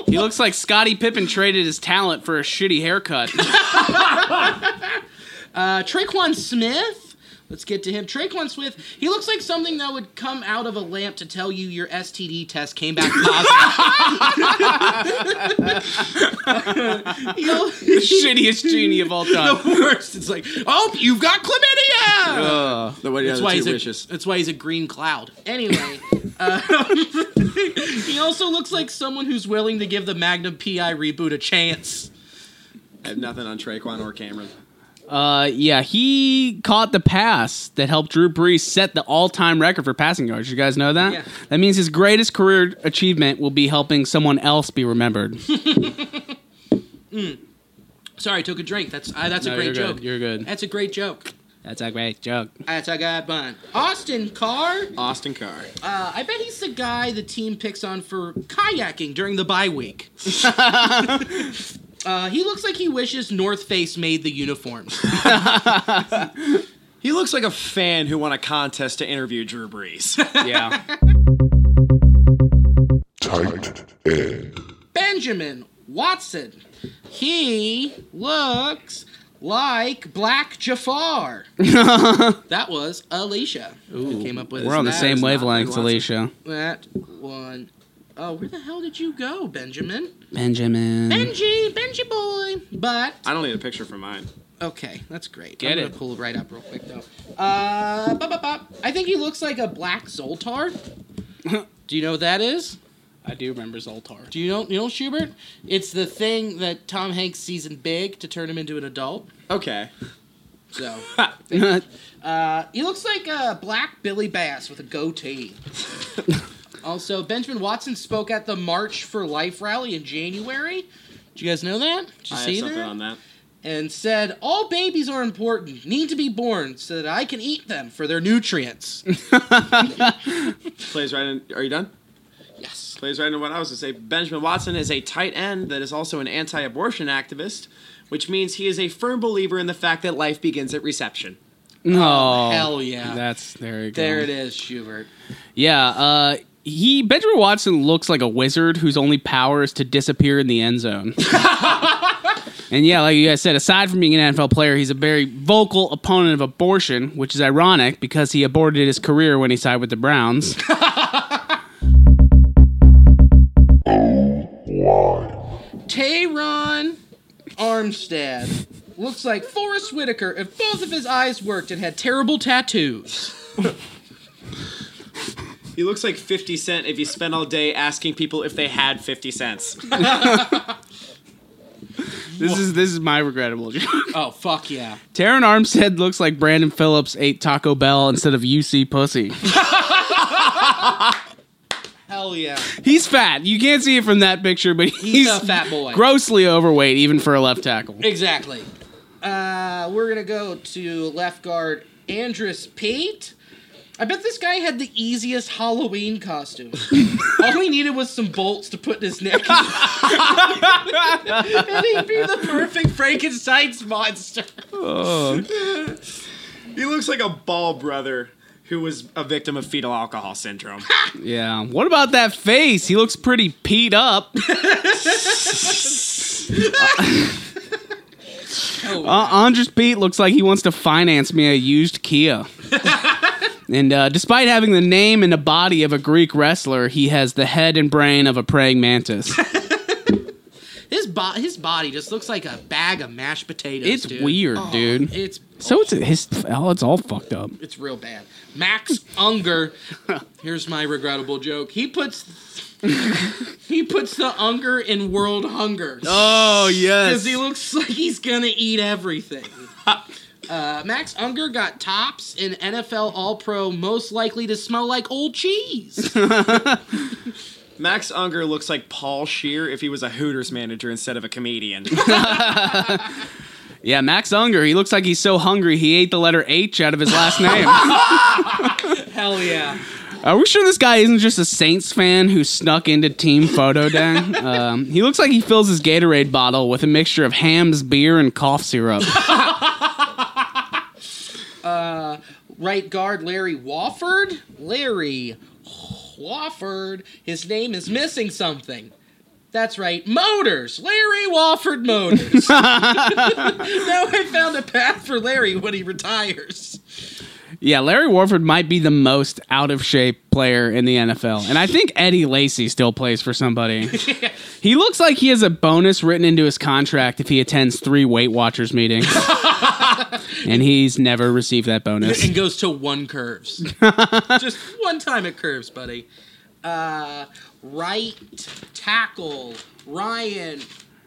Speaker 7: he looks like Scottie Pippen traded his talent for a shitty
Speaker 6: *laughs*
Speaker 7: haircut.
Speaker 6: Uh, Traquan Smith. Let's get to him. Traquan Smith. He looks like something that would come out of a lamp to tell you your STD test came back positive. *laughs* You know,
Speaker 7: the shittiest genie of all time.
Speaker 6: the worst. It's like, oh, you've got chlamydia.
Speaker 7: Ugh.
Speaker 1: That's
Speaker 6: that's why he's a, that's why he's a green cloud. Anyway, uh, *laughs* he also looks like someone who's willing to give the Magnum PI reboot a chance.
Speaker 1: I have nothing on Traquan or Cameron.
Speaker 7: Uh, yeah, he caught the pass that helped Drew Brees set the all-time record for passing yards. You guys know that?
Speaker 6: Yeah.
Speaker 7: That means his greatest career achievement will be helping someone else be
Speaker 6: *laughs*
Speaker 7: remembered.
Speaker 6: Sorry, I took a drink. That's uh, that's
Speaker 7: No,
Speaker 6: a great
Speaker 7: you're good.
Speaker 6: joke.
Speaker 7: You're good.
Speaker 6: That's a great joke.
Speaker 7: That's a great
Speaker 6: *laughs*
Speaker 7: joke.
Speaker 6: That's a good one. Austin Carr.
Speaker 1: Austin Carr.
Speaker 6: Uh, I bet he's the guy the team picks on for kayaking during the
Speaker 7: *laughs*
Speaker 6: bye week. *laughs* uh, he looks like he wishes North Face made the uniforms.
Speaker 1: He looks like a fan who won a contest to interview Drew
Speaker 6: *laughs*
Speaker 1: Brees.
Speaker 7: Yeah.
Speaker 4: Tight end.
Speaker 6: Benjamin Watson. He looks like Black Jafar.
Speaker 7: *laughs*
Speaker 6: that was Alicia who came up with
Speaker 7: We're on the
Speaker 6: that.
Speaker 7: same wavelength,
Speaker 1: Watson.
Speaker 7: Alicia.
Speaker 6: That one. Oh, where the hell did you go, Benjamin?
Speaker 7: Benjamin.
Speaker 6: Benji, Benji boy. But
Speaker 1: I don't need a picture for mine.
Speaker 6: Okay, that's great.
Speaker 7: Get
Speaker 6: I'm
Speaker 7: it.
Speaker 6: gonna pull it right up real quick though. Uh, bop, bop, bop. I think he looks like a
Speaker 7: *laughs*
Speaker 6: black Zoltar. Do you know what that is?
Speaker 7: I do remember Zoltar.
Speaker 6: Do you know you know Schubert? It's the thing that Tom Hanks sees in Big to turn him into an adult.
Speaker 1: Okay.
Speaker 6: So Uh, he looks like a black Billy Bass with a goatee. also, Benjamin Watson spoke at the March for Life rally in January. Do you guys know that? Did you
Speaker 1: I have
Speaker 6: see
Speaker 1: something
Speaker 6: that?
Speaker 1: on that.
Speaker 6: and said, All babies are important, need to be born so that I can eat them for their nutrients.
Speaker 1: Plays right in. Are you done?
Speaker 6: yes.
Speaker 1: Plays right into what I was to say. Benjamin Watson is a tight end that is also an anti abortion activist, which means he is a firm believer in the fact that life begins at reception.
Speaker 7: No.
Speaker 6: Hell yeah.
Speaker 7: That's there you go.
Speaker 6: there it is, Schubert.
Speaker 7: Yeah, uh he Benjamin Watson looks like a wizard whose only power is to disappear in the end zone. *laughs* and yeah, like you guys said, aside from being an NFL player, he's a very vocal opponent of abortion, which is ironic because he aborted his career when he signed with the Browns.
Speaker 6: *laughs*
Speaker 4: Line.
Speaker 6: Tayron Armstead looks like Forrest Whitaker if both of his eyes worked and had terrible tattoos.
Speaker 1: He looks like 50 Cent if you spent all day asking people if they had 50 cents.
Speaker 7: This is this is my regrettable *laughs* joke.
Speaker 6: Oh fuck yeah!
Speaker 7: Taryn Armstead looks like Brandon Phillips ate Taco Bell instead of UC pussy.
Speaker 6: Hell yeah!
Speaker 7: He's fat. You can't see it from that picture, but he's,
Speaker 6: He's a fat boy.
Speaker 7: grossly overweight, even for a left tackle.
Speaker 6: Exactly. Uh, we're gonna go to left guard Andrus Pate. I bet this guy had the easiest Halloween costume. All he needed was some bolts to put in his neck, *laughs* and he'd be the perfect Frankenstein's monster.
Speaker 1: he looks like a ball brother who was a victim of fetal
Speaker 6: *laughs*
Speaker 1: alcohol syndrome.
Speaker 7: Yeah. What about that face? He looks pretty peed *laughs* up. Uh, Andres Pete looks like he wants to finance me a used *laughs* Kia. and uh, despite having the name and the body of a Greek wrestler, he has the head and brain of a praying *laughs* mantis.
Speaker 6: His bo- his body just looks like a bag of mashed potatoes.
Speaker 7: It's
Speaker 6: dude.
Speaker 7: weird,
Speaker 6: Oh,
Speaker 7: dude.
Speaker 6: It's
Speaker 7: so it's his. Oh, it's all fucked up.
Speaker 6: It's real bad. Max
Speaker 7: *laughs*
Speaker 6: Unger. Here's my regrettable joke. He puts he puts the Unger in world hunger
Speaker 7: Oh yes.
Speaker 6: because he looks *laughs* like he's gonna eat
Speaker 7: *laughs*
Speaker 6: everything. Uh, Max Unger got tops in NFL All Pro, most likely to smell like
Speaker 7: *laughs*
Speaker 6: old cheese.
Speaker 1: Max Unger looks like Paul Shear if he was a Hooters manager instead of a comedian.
Speaker 7: yeah, Max Unger. He looks like he's so hungry he ate the letter H out of his *laughs* last name.
Speaker 6: Hell yeah!
Speaker 7: Are we sure this guy isn't just a Saints fan who snuck into team photo day? um, he looks like he fills his Gatorade bottle with a mixture of hams, beer, and cough syrup.
Speaker 6: Right guard Larry Wofford. Larry Wofford. His name is missing something. That's right, Motors. Larry Wofford Motors. *laughs* now I found a path for Larry when he retires.
Speaker 7: yeah, Larry Warford might be the most out of shape player in the NFL, and I think Eddie Lacy still plays for somebody. he looks like he has a bonus written into his contract if he attends three Weight Watchers meetings. And he's never received that bonus.
Speaker 6: *laughs* And goes to one curves. Just one time at curves, buddy. Uh, right tackle Ryan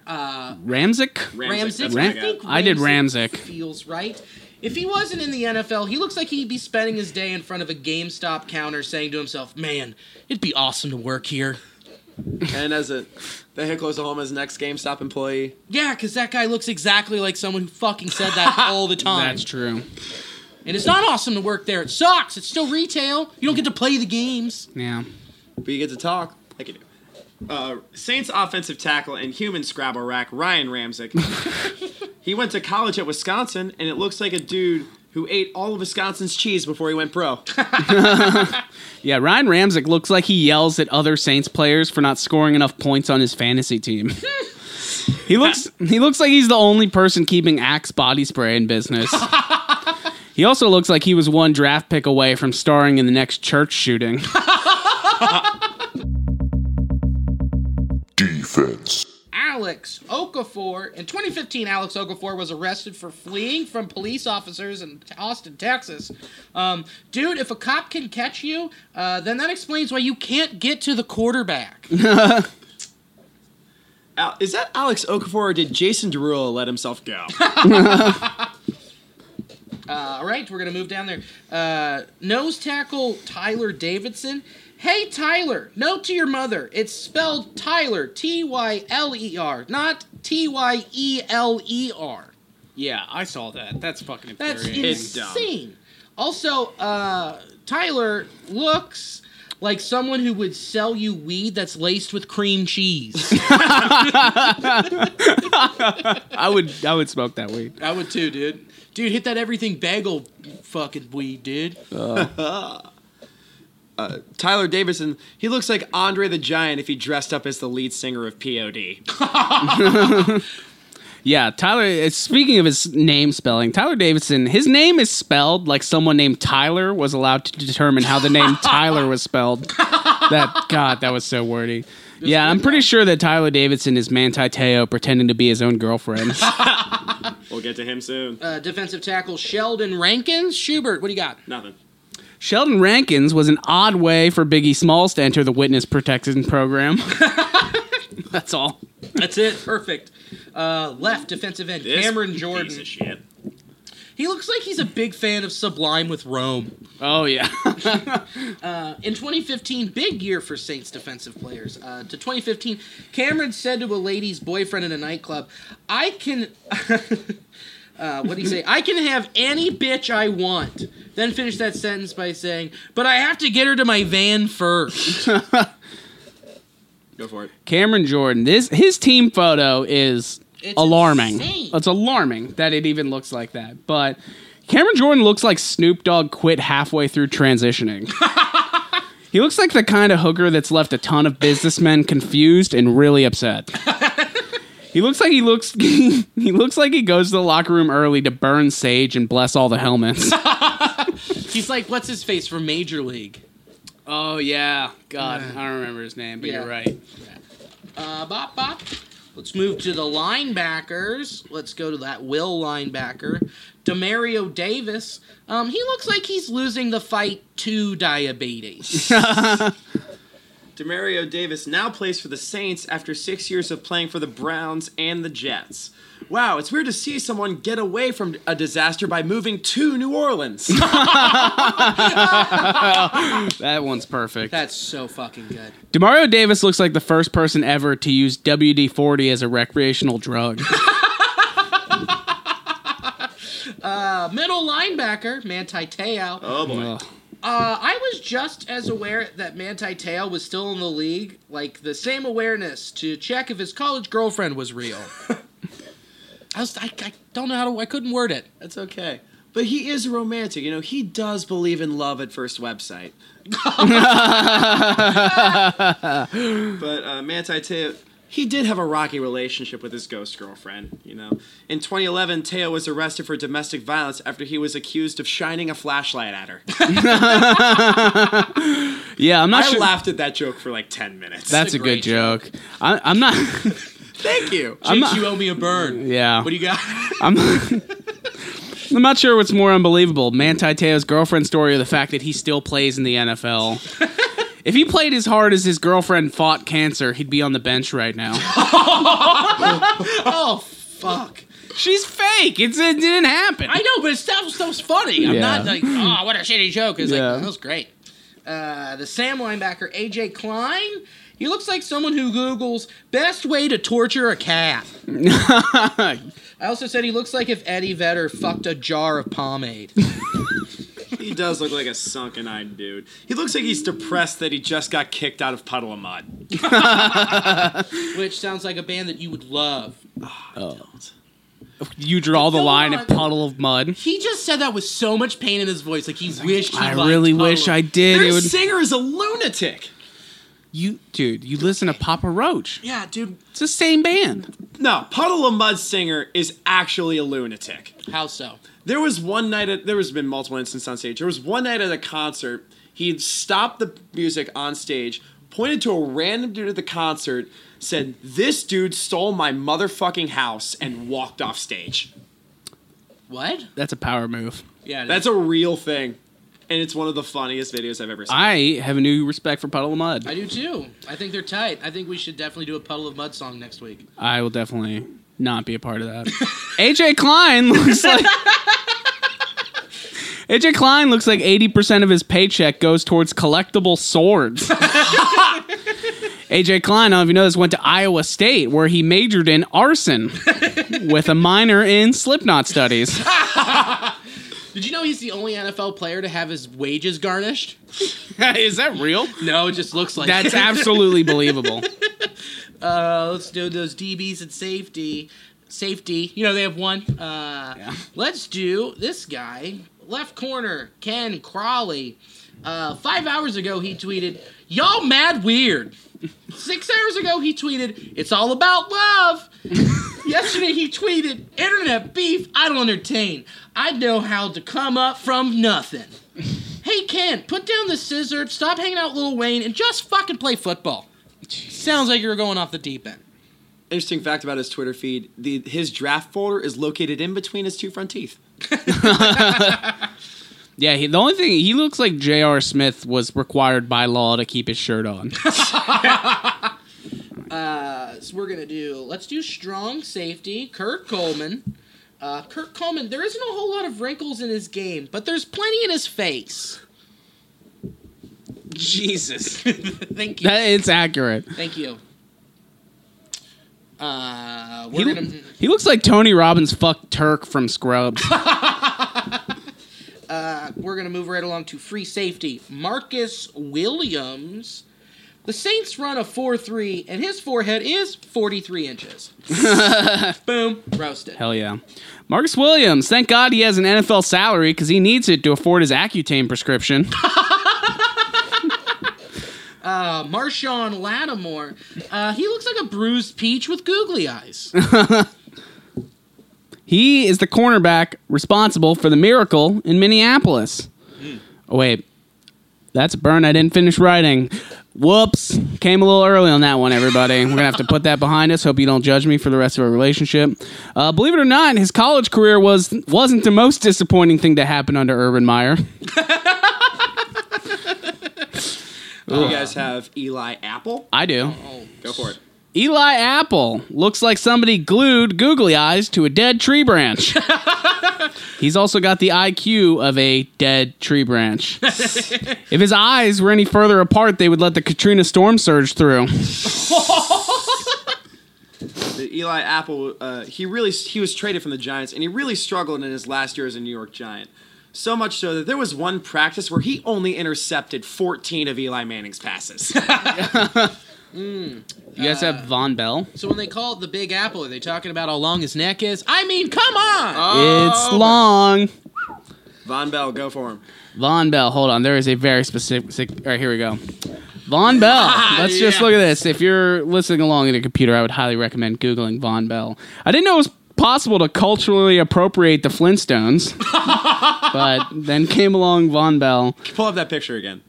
Speaker 7: Ramzik?
Speaker 6: *laughs* Ramsey.
Speaker 7: Ram-
Speaker 6: I, think
Speaker 7: I did
Speaker 6: Ramsey
Speaker 7: Ramzik.
Speaker 6: Feels right. If he wasn't in the NFL, he looks like he'd be spending his day in front of a GameStop counter saying to himself, man, it'd be awesome to work here.
Speaker 1: and as a the hit close to home as next GameStop employee.
Speaker 6: Yeah, because that guy looks exactly like someone who fucking said that
Speaker 7: *laughs*
Speaker 6: all the time.
Speaker 7: That's true.
Speaker 6: and it's not awesome to work there. It sucks. It's still retail. You don't get to play the games.
Speaker 7: Yeah.
Speaker 1: But you get to talk like you do. Uh, Saints offensive tackle and human Scrabble rack Ryan *laughs* Ramzik. he went to college at Wisconsin, and it looks like a dude who ate all of Wisconsin's cheese before he went *laughs* pro.
Speaker 7: Yeah, Ryan Ramzik looks like he yells at other Saints players for not scoring enough points on his fantasy team. *laughs* he looks he looks like he's the only person keeping Axe body spray in *laughs* business. he also looks like he was one draft pick away from starring in the next church shooting.
Speaker 4: defense,
Speaker 6: Alex Okafor. In 2015, Alex Okafor was arrested for fleeing from police officers in Austin, Texas. Um, dude, if a cop can catch you, uh, then that explains why you can't get to the quarterback.
Speaker 1: Al- is that Alex Okafor or did Jason Derulo let himself *laughs* go?
Speaker 6: All right, we're gonna move down there. Uh, nose tackle Tyler Davidson. Hey Tyler, note to your mother. It's spelled Tyler, T Y L E R, not T Y E L E R.
Speaker 7: Yeah, *laughs* I saw that. That's fucking
Speaker 6: That's
Speaker 1: It's dumb.
Speaker 6: insane. Also, uh, Tyler looks like someone who would sell you weed that's laced with cream cheese.
Speaker 7: I would I would smoke that weed.
Speaker 6: *laughs* I would too, dude. Dude, hit that everything bagel fucking weed, dude.
Speaker 1: Tyler Davidson, he looks like Andre the Giant if he dressed up as the lead singer of POD.
Speaker 7: Yeah, Tyler. uh, Speaking of his name spelling, Tyler Davidson. His name is spelled like someone named Tyler was allowed to determine how the name Tyler was spelled. That God, that was so wordy. Yeah, I'm pretty sure that Tyler Davidson is Manti Teo pretending to be his own girlfriend.
Speaker 1: We'll get to him soon.
Speaker 6: Uh, defensive tackle Sheldon Rankins. Schubert, what do you got?
Speaker 1: Nothing.
Speaker 7: Sheldon Rankins was an odd way for Biggie Smalls to enter the witness protection program. That's all.
Speaker 6: That's it. Perfect. Uh, left defensive end
Speaker 1: This
Speaker 6: Cameron
Speaker 1: Piece
Speaker 6: Jordan.
Speaker 1: of shit.
Speaker 6: He looks like he's a big fan of Sublime with Rome.
Speaker 7: Oh yeah.
Speaker 6: In 2015, big year for Saints defensive players. Uh, to 2015, Cameron said to a lady's boyfriend in a nightclub, "I can." *laughs* Uh, what did he say? I can have any bitch I want. Then finish that sentence by saying, "But I have to get her to my van first.
Speaker 1: Go for it.
Speaker 7: Cameron Jordan. This his team photo is
Speaker 6: It's
Speaker 7: alarming.
Speaker 6: insane.
Speaker 7: It's alarming that it even looks like that. But Cameron Jordan looks like Snoop Dogg quit halfway through
Speaker 6: *laughs*
Speaker 7: transitioning. he looks like the kind of hooker that's left a ton of businessmen confused and really
Speaker 6: *laughs*
Speaker 7: upset. He looks like he looks *laughs* he looks like he goes to the locker room early to burn sage and bless all the
Speaker 6: *laughs*
Speaker 7: helmets.
Speaker 6: He's like, what's his face from Major League?
Speaker 7: oh yeah, God, I don't remember his name, but
Speaker 6: Yeah.
Speaker 7: you're right.
Speaker 6: Uh, bop, bop. Let's move to the linebackers. Let's go to that Will linebacker, Demario Davis. Um, he looks like he's losing the fight to diabetes.
Speaker 1: Demario Davis now plays for the Saints after six years of playing for the Browns and the Jets. Wow, it's weird to see someone get away from a disaster by moving to New Orleans.
Speaker 7: That one's perfect.
Speaker 6: That's so fucking good.
Speaker 7: Demario Davis looks like the first person ever to use WD 40 as a recreational drug.
Speaker 6: A middle linebacker, Manti Te'o.
Speaker 1: oh boy.
Speaker 7: Ugh.
Speaker 6: Uh, I was just as aware that Manti Te'o was still in the league, like the same awareness to check if his college girlfriend was real. *laughs* I was, I, I don't know how to, I couldn't word it.
Speaker 1: That's okay. But he is romantic, you know, he does believe in love at first website. but uh, Manti Teo, he did have a rocky relationship with his ghost girlfriend, you know. In 2011, Teo was arrested for domestic violence after he was accused of shining a flashlight at her.
Speaker 7: Yeah, I'm not
Speaker 1: I
Speaker 7: sure.
Speaker 1: laughed at that joke for like 10 minutes.
Speaker 7: That's a,
Speaker 6: a
Speaker 7: good
Speaker 6: great
Speaker 7: joke. I, I'm not. *laughs*
Speaker 1: Thank you.
Speaker 7: I'm not
Speaker 6: you owe me a burn.
Speaker 7: yeah.
Speaker 6: What do you got?
Speaker 7: I'm, I'm not sure what's more unbelievable Manti Te'o's girlfriend story or the fact that he still plays in the
Speaker 6: *laughs*
Speaker 7: NFL. if he played as hard as his girlfriend fought cancer, he'd be on the bench right now.
Speaker 6: *laughs* oh, fuck.
Speaker 7: She's fake. It's, it didn't happen.
Speaker 6: I know, but it's that was, that was funny. I'm
Speaker 7: Yeah.
Speaker 6: not like, oh, what a shitty joke. It's
Speaker 7: Yeah.
Speaker 6: like, that was great. Uh, the Sam linebacker, AJ Klein, he looks like someone who Googles best way to torture
Speaker 7: *laughs*
Speaker 6: a cat. I also said he looks like if Eddie Vedder fucked a jar of pomade.
Speaker 1: He does look like a sunken eyed dude. He looks like he's depressed that he just got kicked out of Puddle of Mud.
Speaker 6: Which sounds like a band that you would love.
Speaker 7: you draw the
Speaker 6: Go
Speaker 7: line
Speaker 6: on.
Speaker 7: at puddle of mud.
Speaker 6: He just said that with so much pain in his voice, like he wished. He
Speaker 7: I
Speaker 6: liked
Speaker 7: really
Speaker 6: Puddle
Speaker 7: wish
Speaker 6: of-
Speaker 7: I did.
Speaker 1: Their
Speaker 7: It would,
Speaker 1: singer is a lunatic.
Speaker 7: you, dude, you listen to Papa Roach.
Speaker 1: Yeah, dude.
Speaker 7: It's the same band.
Speaker 1: No, Puddle of Mud singer is actually a lunatic.
Speaker 6: How so?
Speaker 1: There was one night at there has been multiple instances on stage. There was one night at a concert. He stopped the music on stage, pointed to a random dude at the concert, said, "This dude stole my motherfucking house," and walked off stage.
Speaker 6: What?
Speaker 7: That's a power move.
Speaker 6: Yeah,
Speaker 1: That's a real thing, and it's one of the funniest videos I've ever seen.
Speaker 7: I have a new respect for Puddle of
Speaker 6: I
Speaker 7: Mud.
Speaker 6: do too. I think they're tight. I think we should definitely do a puddle of mud song next week.
Speaker 7: I will definitely not be a part of that. *laughs* AJ Klein looks like *laughs* AJ Klein looks like 80% of his paycheck goes towards collectible swords. *laughs* AJ Klein, I don't know if you know this, went to Iowa State where he majored in arson with a minor in slipknot studies.
Speaker 6: Did you know he's the only NFL player to have his wages garnished?
Speaker 7: *laughs* Is that real?
Speaker 6: No, it just looks like
Speaker 7: That's
Speaker 6: it.
Speaker 7: absolutely believable.
Speaker 6: Uh, let's do those DBs and safety. Safety. You know they have one. Uh, Let's do this guy. Left corner, Ken Crawley. Uh, five hours ago, he tweeted, Y'all mad weird. Six hours ago, he tweeted, It's all about love. Yesterday, he tweeted, Internet beef, I don't entertain. I know how to come up from nothing. hey, Ken, put down the scissor, stop hanging out with Lil Wayne, and just fucking play football. Sounds like you're going off the deep end.
Speaker 1: Interesting fact about his Twitter feed: the his draft folder is located in between his two front teeth.
Speaker 7: Yeah, he, the only thing he looks like J.R. Smith was required by law to keep his shirt on.
Speaker 6: So we're gonna do. Let's do strong safety. Kurt Coleman. Uh, Kurt Coleman. There isn't a whole lot of wrinkles in his game, but there's plenty in his face.
Speaker 5: Jesus.
Speaker 6: *laughs* Thank you.
Speaker 7: that it's accurate.
Speaker 6: Thank you. Uh,
Speaker 7: He,
Speaker 6: we're
Speaker 7: loo-
Speaker 6: gonna.
Speaker 7: he looks like Tony Robbins fucked Turk from
Speaker 6: *laughs*
Speaker 7: Scrubs.
Speaker 6: we're going to move right along to free safety. Marcus Williams. The Saints run a 4 3, and his forehead is
Speaker 7: *laughs*
Speaker 6: 43 inches. Boom. Roasted.
Speaker 7: Hell yeah. Marcus Williams, thank God he has an NFL salary because he needs it to afford his Accutane
Speaker 6: *laughs*
Speaker 7: prescription.
Speaker 6: Uh, Marshawn Lattimore. Uh, he looks like a bruised peach with googly eyes.
Speaker 7: he is the cornerback responsible for the miracle in Minneapolis.
Speaker 6: Hmm.
Speaker 7: Oh, wait. That's a burn I didn't finish writing. Whoops. Came a little early on that one, everybody. We're going to have to put that behind us. Hope you don't judge me for the rest of our relationship. Uh, believe it or not, his college career was, wasn't the most disappointing thing to happen under Urban Meyer.
Speaker 1: Do you guys have Eli Apple?
Speaker 7: I do.
Speaker 1: Go for it.
Speaker 7: Eli Apple looks like somebody glued googly eyes to a dead tree branch. He's also got the IQ of a dead tree branch. if his eyes were any further apart, they would let the Katrina storm surge through.
Speaker 1: But Eli Apple, uh, he really he was traded from the Giants, and he really struggled in his last year as a New York Giant. So much so that there was one practice where he only intercepted 14 of Eli Manning's *laughs* passes.
Speaker 7: You guys have Von Bell?
Speaker 6: so when they call it the Big Apple, are they talking about how long his neck is? I mean, come on!
Speaker 7: Uh. it's long.
Speaker 1: Von Bell, go for him.
Speaker 7: Von Bell, hold on. There is a very specific. All right, here we go. Von Bell. Let's just look at this. If you're listening along at a computer, I would highly recommend Googling Von Bell. I didn't know it was possible to culturally appropriate the Flintstones, but then came along Von Bell.
Speaker 1: Pull up that picture again.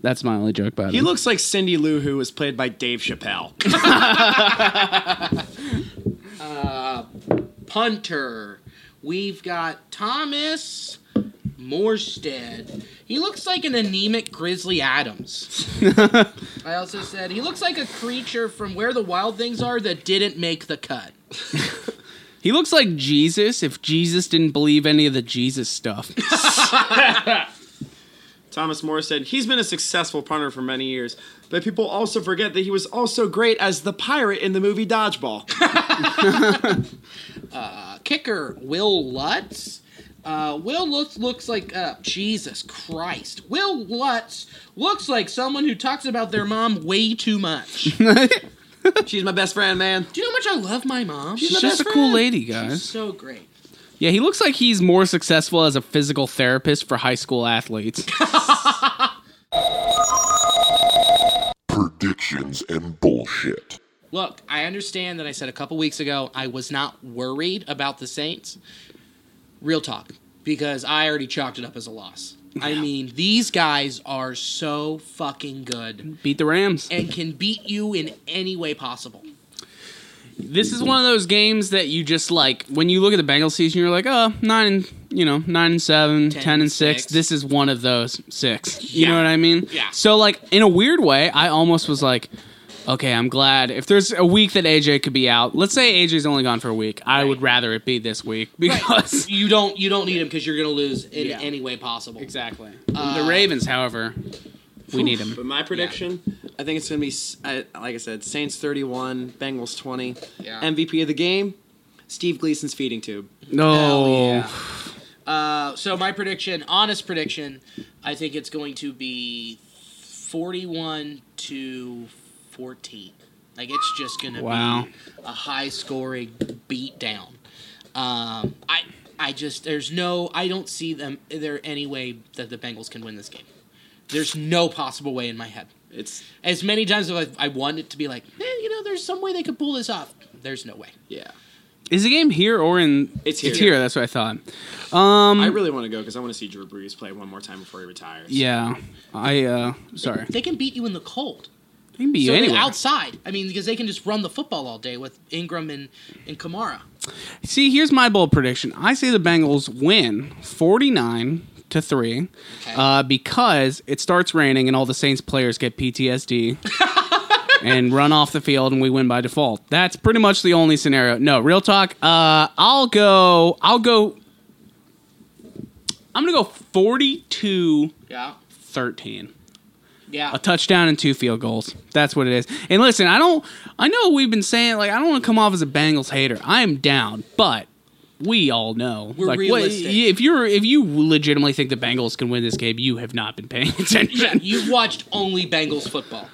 Speaker 7: That's my only joke about
Speaker 1: He
Speaker 7: him.
Speaker 1: looks like Cindy Lou who was played by Dave Chappelle.
Speaker 6: punter. We've got Thomas Morstead. He looks like an anemic Grizzly Adams. I also said he looks like a creature from where the wild things are that didn't make the cut.
Speaker 7: he looks like Jesus if Jesus didn't believe any of the Jesus stuff.
Speaker 1: Thomas Moore said, He's been a successful punter for many years, but people also forget that he was also great as the pirate in the movie *laughs* Dodgeball.
Speaker 6: Uh, kicker Will Lutz. Uh, Will Lutz looks like uh, Jesus Christ. Will Lutz looks like someone who talks about their mom way too *laughs* much. Do
Speaker 1: She's my best friend, man.
Speaker 6: you know how much I love my mom? She's
Speaker 7: She's just a cool lady, guys.
Speaker 6: so great.
Speaker 7: Yeah, he looks like he's more successful as a physical therapist for high school athletes.
Speaker 4: Predictions and bullshit.
Speaker 6: Look, I understand that I said a couple weeks ago I was not worried about the Saints. Real talk, because I already chalked it up as a loss. I mean, these guys are so fucking good
Speaker 7: Beat the Rams.
Speaker 6: and can beat you in any way possible.
Speaker 7: This is one of those games that you just like when you look at the Bengals season, you're like, oh, nine and you know, nine and seven, ten and six.
Speaker 6: six.
Speaker 7: This is one of those six. You know
Speaker 6: Yeah.
Speaker 7: what I mean?
Speaker 6: Yeah.
Speaker 7: So like in a weird way, I almost was like, okay, I'm glad if there's a week that AJ could be out. Let's say AJ's only gone for a week. I would rather it be this week because
Speaker 6: *laughs* You don't you don't need him because you're gonna lose in
Speaker 7: Yeah.
Speaker 6: any way possible.
Speaker 7: exactly the Ravens. However, we need
Speaker 1: But
Speaker 7: him.
Speaker 1: my prediction, I think it's going to be, s- I- like I said, Saints 31, Bengals 20.
Speaker 6: Yeah.
Speaker 1: MVP of the game, Steve Gleason's feeding tube.
Speaker 7: No,
Speaker 6: Uh, so my prediction, honest prediction, I think it's going to be forty-one to fourteen. Like it's just gonna
Speaker 7: Wow.
Speaker 6: be a high-scoring beatdown. Um, I I just there's no I don't see them there any way that the Bengals can win this game. There's no possible way in my head.
Speaker 1: It's,
Speaker 6: As many times as I've, I want it to be like, eh, you know, there's some way they could pull this off. There's no way.
Speaker 1: yeah.
Speaker 7: is the game here or in?
Speaker 1: It's here.
Speaker 7: It's here. That's what I thought.
Speaker 1: I really want to go because I want to see Drew Brees play one more time before he retires.
Speaker 7: Yeah. I uh sorry.
Speaker 6: They can beat you in the cold.
Speaker 7: He can be
Speaker 6: So they're
Speaker 7: anywhere.
Speaker 6: outside. I mean, because they can just run the football all day with Ingram and, and Kamara.
Speaker 7: See, here's my bold prediction. I say the Bengals win 49 to three uh, because it starts raining and all the Saints players get PTSD and run off the field and we win by default. That's pretty much the only scenario. No, real talk. Uh, I'll go. I'll go. I'm gonna go 42
Speaker 5: Yeah.
Speaker 7: 13
Speaker 5: Yeah.
Speaker 7: a touchdown and two field goals. That's what it is. And listen, I don't. I know we've been saying like I don't want to come off as a Bengals hater. I am down, but we all know
Speaker 5: We're
Speaker 7: like
Speaker 5: realistic.
Speaker 7: if you're if you legitimately think the Bengals can win this game, you have not been paying *laughs* attention.
Speaker 6: You've watched only Bengals football.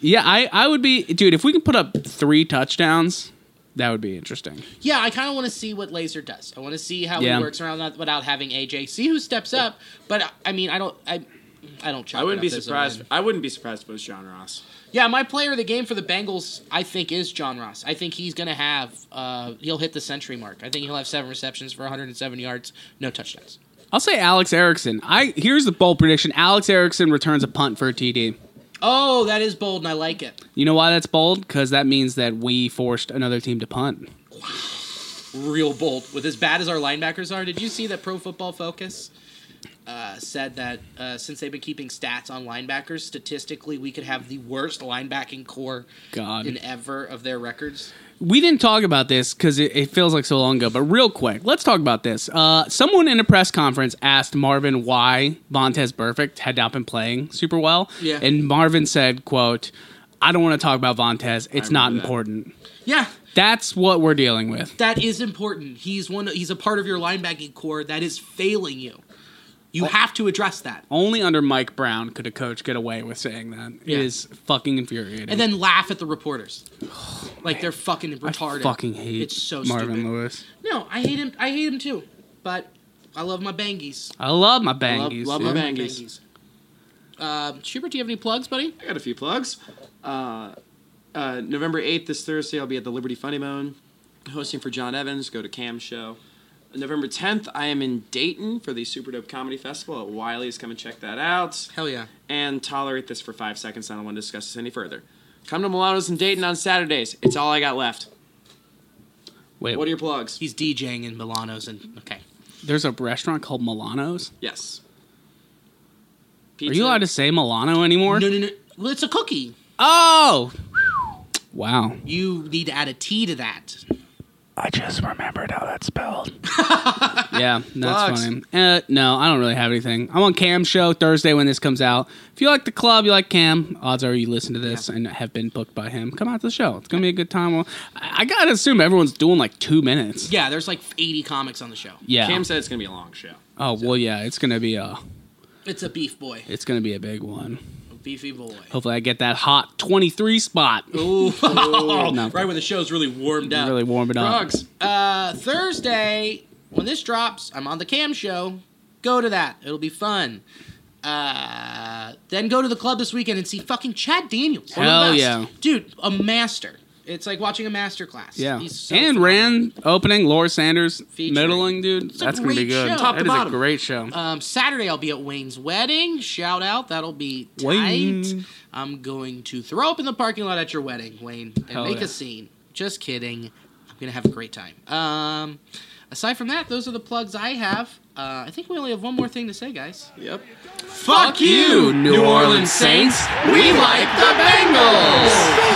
Speaker 7: yeah, I I would be dude if we can put up three touchdowns. That would be interesting.
Speaker 6: Yeah, I kind of want to see what Laser does. I want to see how
Speaker 7: Yeah.
Speaker 6: he works around that without having AJ. See who steps up. But I mean, I don't. I, I don't. Chop
Speaker 1: I wouldn't
Speaker 6: it
Speaker 1: be
Speaker 6: up as a
Speaker 1: surprised.
Speaker 6: win.
Speaker 1: I wouldn't be surprised if it was John Ross.
Speaker 6: Yeah, my player of the game for the Bengals, I think, is John Ross. I think he's gonna have. Uh, he'll hit the century mark. I think he'll have seven receptions for 107 yards, no touchdowns.
Speaker 7: I'll say Alex Erickson. I here's the bold prediction: Alex Erickson returns a punt for a TD.
Speaker 6: Oh, that is bold, and I like it.
Speaker 7: You know why that's bold? Because that means that we forced another team to punt.
Speaker 6: real bold. With as bad as our linebackers are, did you see that Pro Football Focus uh, said that uh, since they've been keeping stats on linebackers, statistically we could have the worst linebacking core
Speaker 7: God.
Speaker 6: in ever of their records.
Speaker 7: we didn't talk about this because it, it feels like so long ago, but real quick, let's talk about this. Uh, someone in a press conference asked Marvin why Vontez Perfect had not been playing super well.
Speaker 6: Yeah.
Speaker 7: And Marvin said, quote, I don't want to talk about Vontez. It's not
Speaker 1: remember that.
Speaker 7: important.
Speaker 6: Yeah,
Speaker 7: That's what we're dealing with.
Speaker 6: that is important. He's one. He's a part of your linebacking core that is failing you. You
Speaker 7: Oh.
Speaker 6: have to address that.
Speaker 7: Only under Mike Brown could a coach get away with saying that.
Speaker 6: Yeah.
Speaker 7: It is fucking infuriating.
Speaker 6: And then laugh at
Speaker 7: *sighs*
Speaker 6: the reporters, like they're fucking retarded.
Speaker 7: fucking hate
Speaker 6: It's so
Speaker 7: Marvin
Speaker 6: stupid.
Speaker 7: Lewis.
Speaker 6: No, I hate him. I hate him too. But I love my bangies.
Speaker 7: I love my bangies.
Speaker 1: love my
Speaker 7: dude.
Speaker 1: bang-
Speaker 6: Bangies. Um, Schubert, do you have any plugs, buddy?
Speaker 1: I got a few plugs. Uh, uh, November 8th, this Thursday, I'll be at the Liberty Funny Bone hosting for John Evans. Go to Cam's show. November 10th, I am in Dayton for the Super Dope Comedy Festival at Wiley's. Come and check that out.
Speaker 6: Hell yeah.
Speaker 1: And tolerate this for five seconds. I don't want to discuss this any further. Come to Milano's in Dayton on Saturdays. It's all I got left.
Speaker 7: Wait,
Speaker 1: What are your plugs?
Speaker 6: He's DJing in Milano's and okay.
Speaker 7: there's a restaurant called Milano's.
Speaker 1: Yes.
Speaker 7: Are you allowed to say Milano anymore?
Speaker 6: No, no, no. Well, it's a cookie.
Speaker 7: Oh! Wow.
Speaker 6: You need to add a T to that. *laughs*
Speaker 7: Yeah, that's
Speaker 1: Bucks.
Speaker 7: funny. Uh, no, I don't really have anything. I'm on Cam show Thursday when this comes out. If you like the club, you like Cam. Odds are you listen to this and have been booked by him. Come out to the show. It's gonna be a good time. Well, I I gotta assume everyone's doing like two minutes.
Speaker 6: Yeah, there's like 80 comics on the show.
Speaker 7: Yeah.
Speaker 1: Cam said it's going to be a long show.
Speaker 7: oh well, yeah. It's gonna be a.
Speaker 6: It's a beef boy,
Speaker 7: It's gonna be a big one.
Speaker 6: a beefy boy.
Speaker 7: Hopefully, I get that hot 23 spot.
Speaker 6: Ooh,
Speaker 7: no.
Speaker 6: Oh, right when the show's really warmed up.
Speaker 7: Really warm it up.
Speaker 1: Plugs.
Speaker 6: Uh, Thursday, when this drops, I'm on the Cam Show. Go to that; it'll be fun. Uh, then go to the club this weekend and see fucking Chad Daniels. One of the
Speaker 7: Hell
Speaker 6: best. dude, a master. It's like watching a master class.
Speaker 7: Yeah.
Speaker 6: He's so
Speaker 7: and
Speaker 6: fun.
Speaker 7: Rand opening, Laura Sanders
Speaker 6: Featuring.
Speaker 7: middling, dude.
Speaker 6: a
Speaker 7: That's gonna be
Speaker 6: great
Speaker 7: good.
Speaker 6: show. Top
Speaker 7: That
Speaker 6: to
Speaker 7: is
Speaker 6: bottom.
Speaker 7: a great show.
Speaker 6: Um, Saturday, I'll be at Wayne's wedding. Shout out. That'll be tight.
Speaker 7: Wayne.
Speaker 6: I'm going to throw up in the parking lot at your wedding, Wayne, and
Speaker 7: Hell
Speaker 6: make
Speaker 7: yeah.
Speaker 6: a scene. Just kidding. I'm going to have a great time. Um, aside from that, those are the plugs I have. Uh, I think we only have one more thing to say, guys.
Speaker 1: Yep.
Speaker 7: Fuck you, New Orleans Saints. We like the Bengals.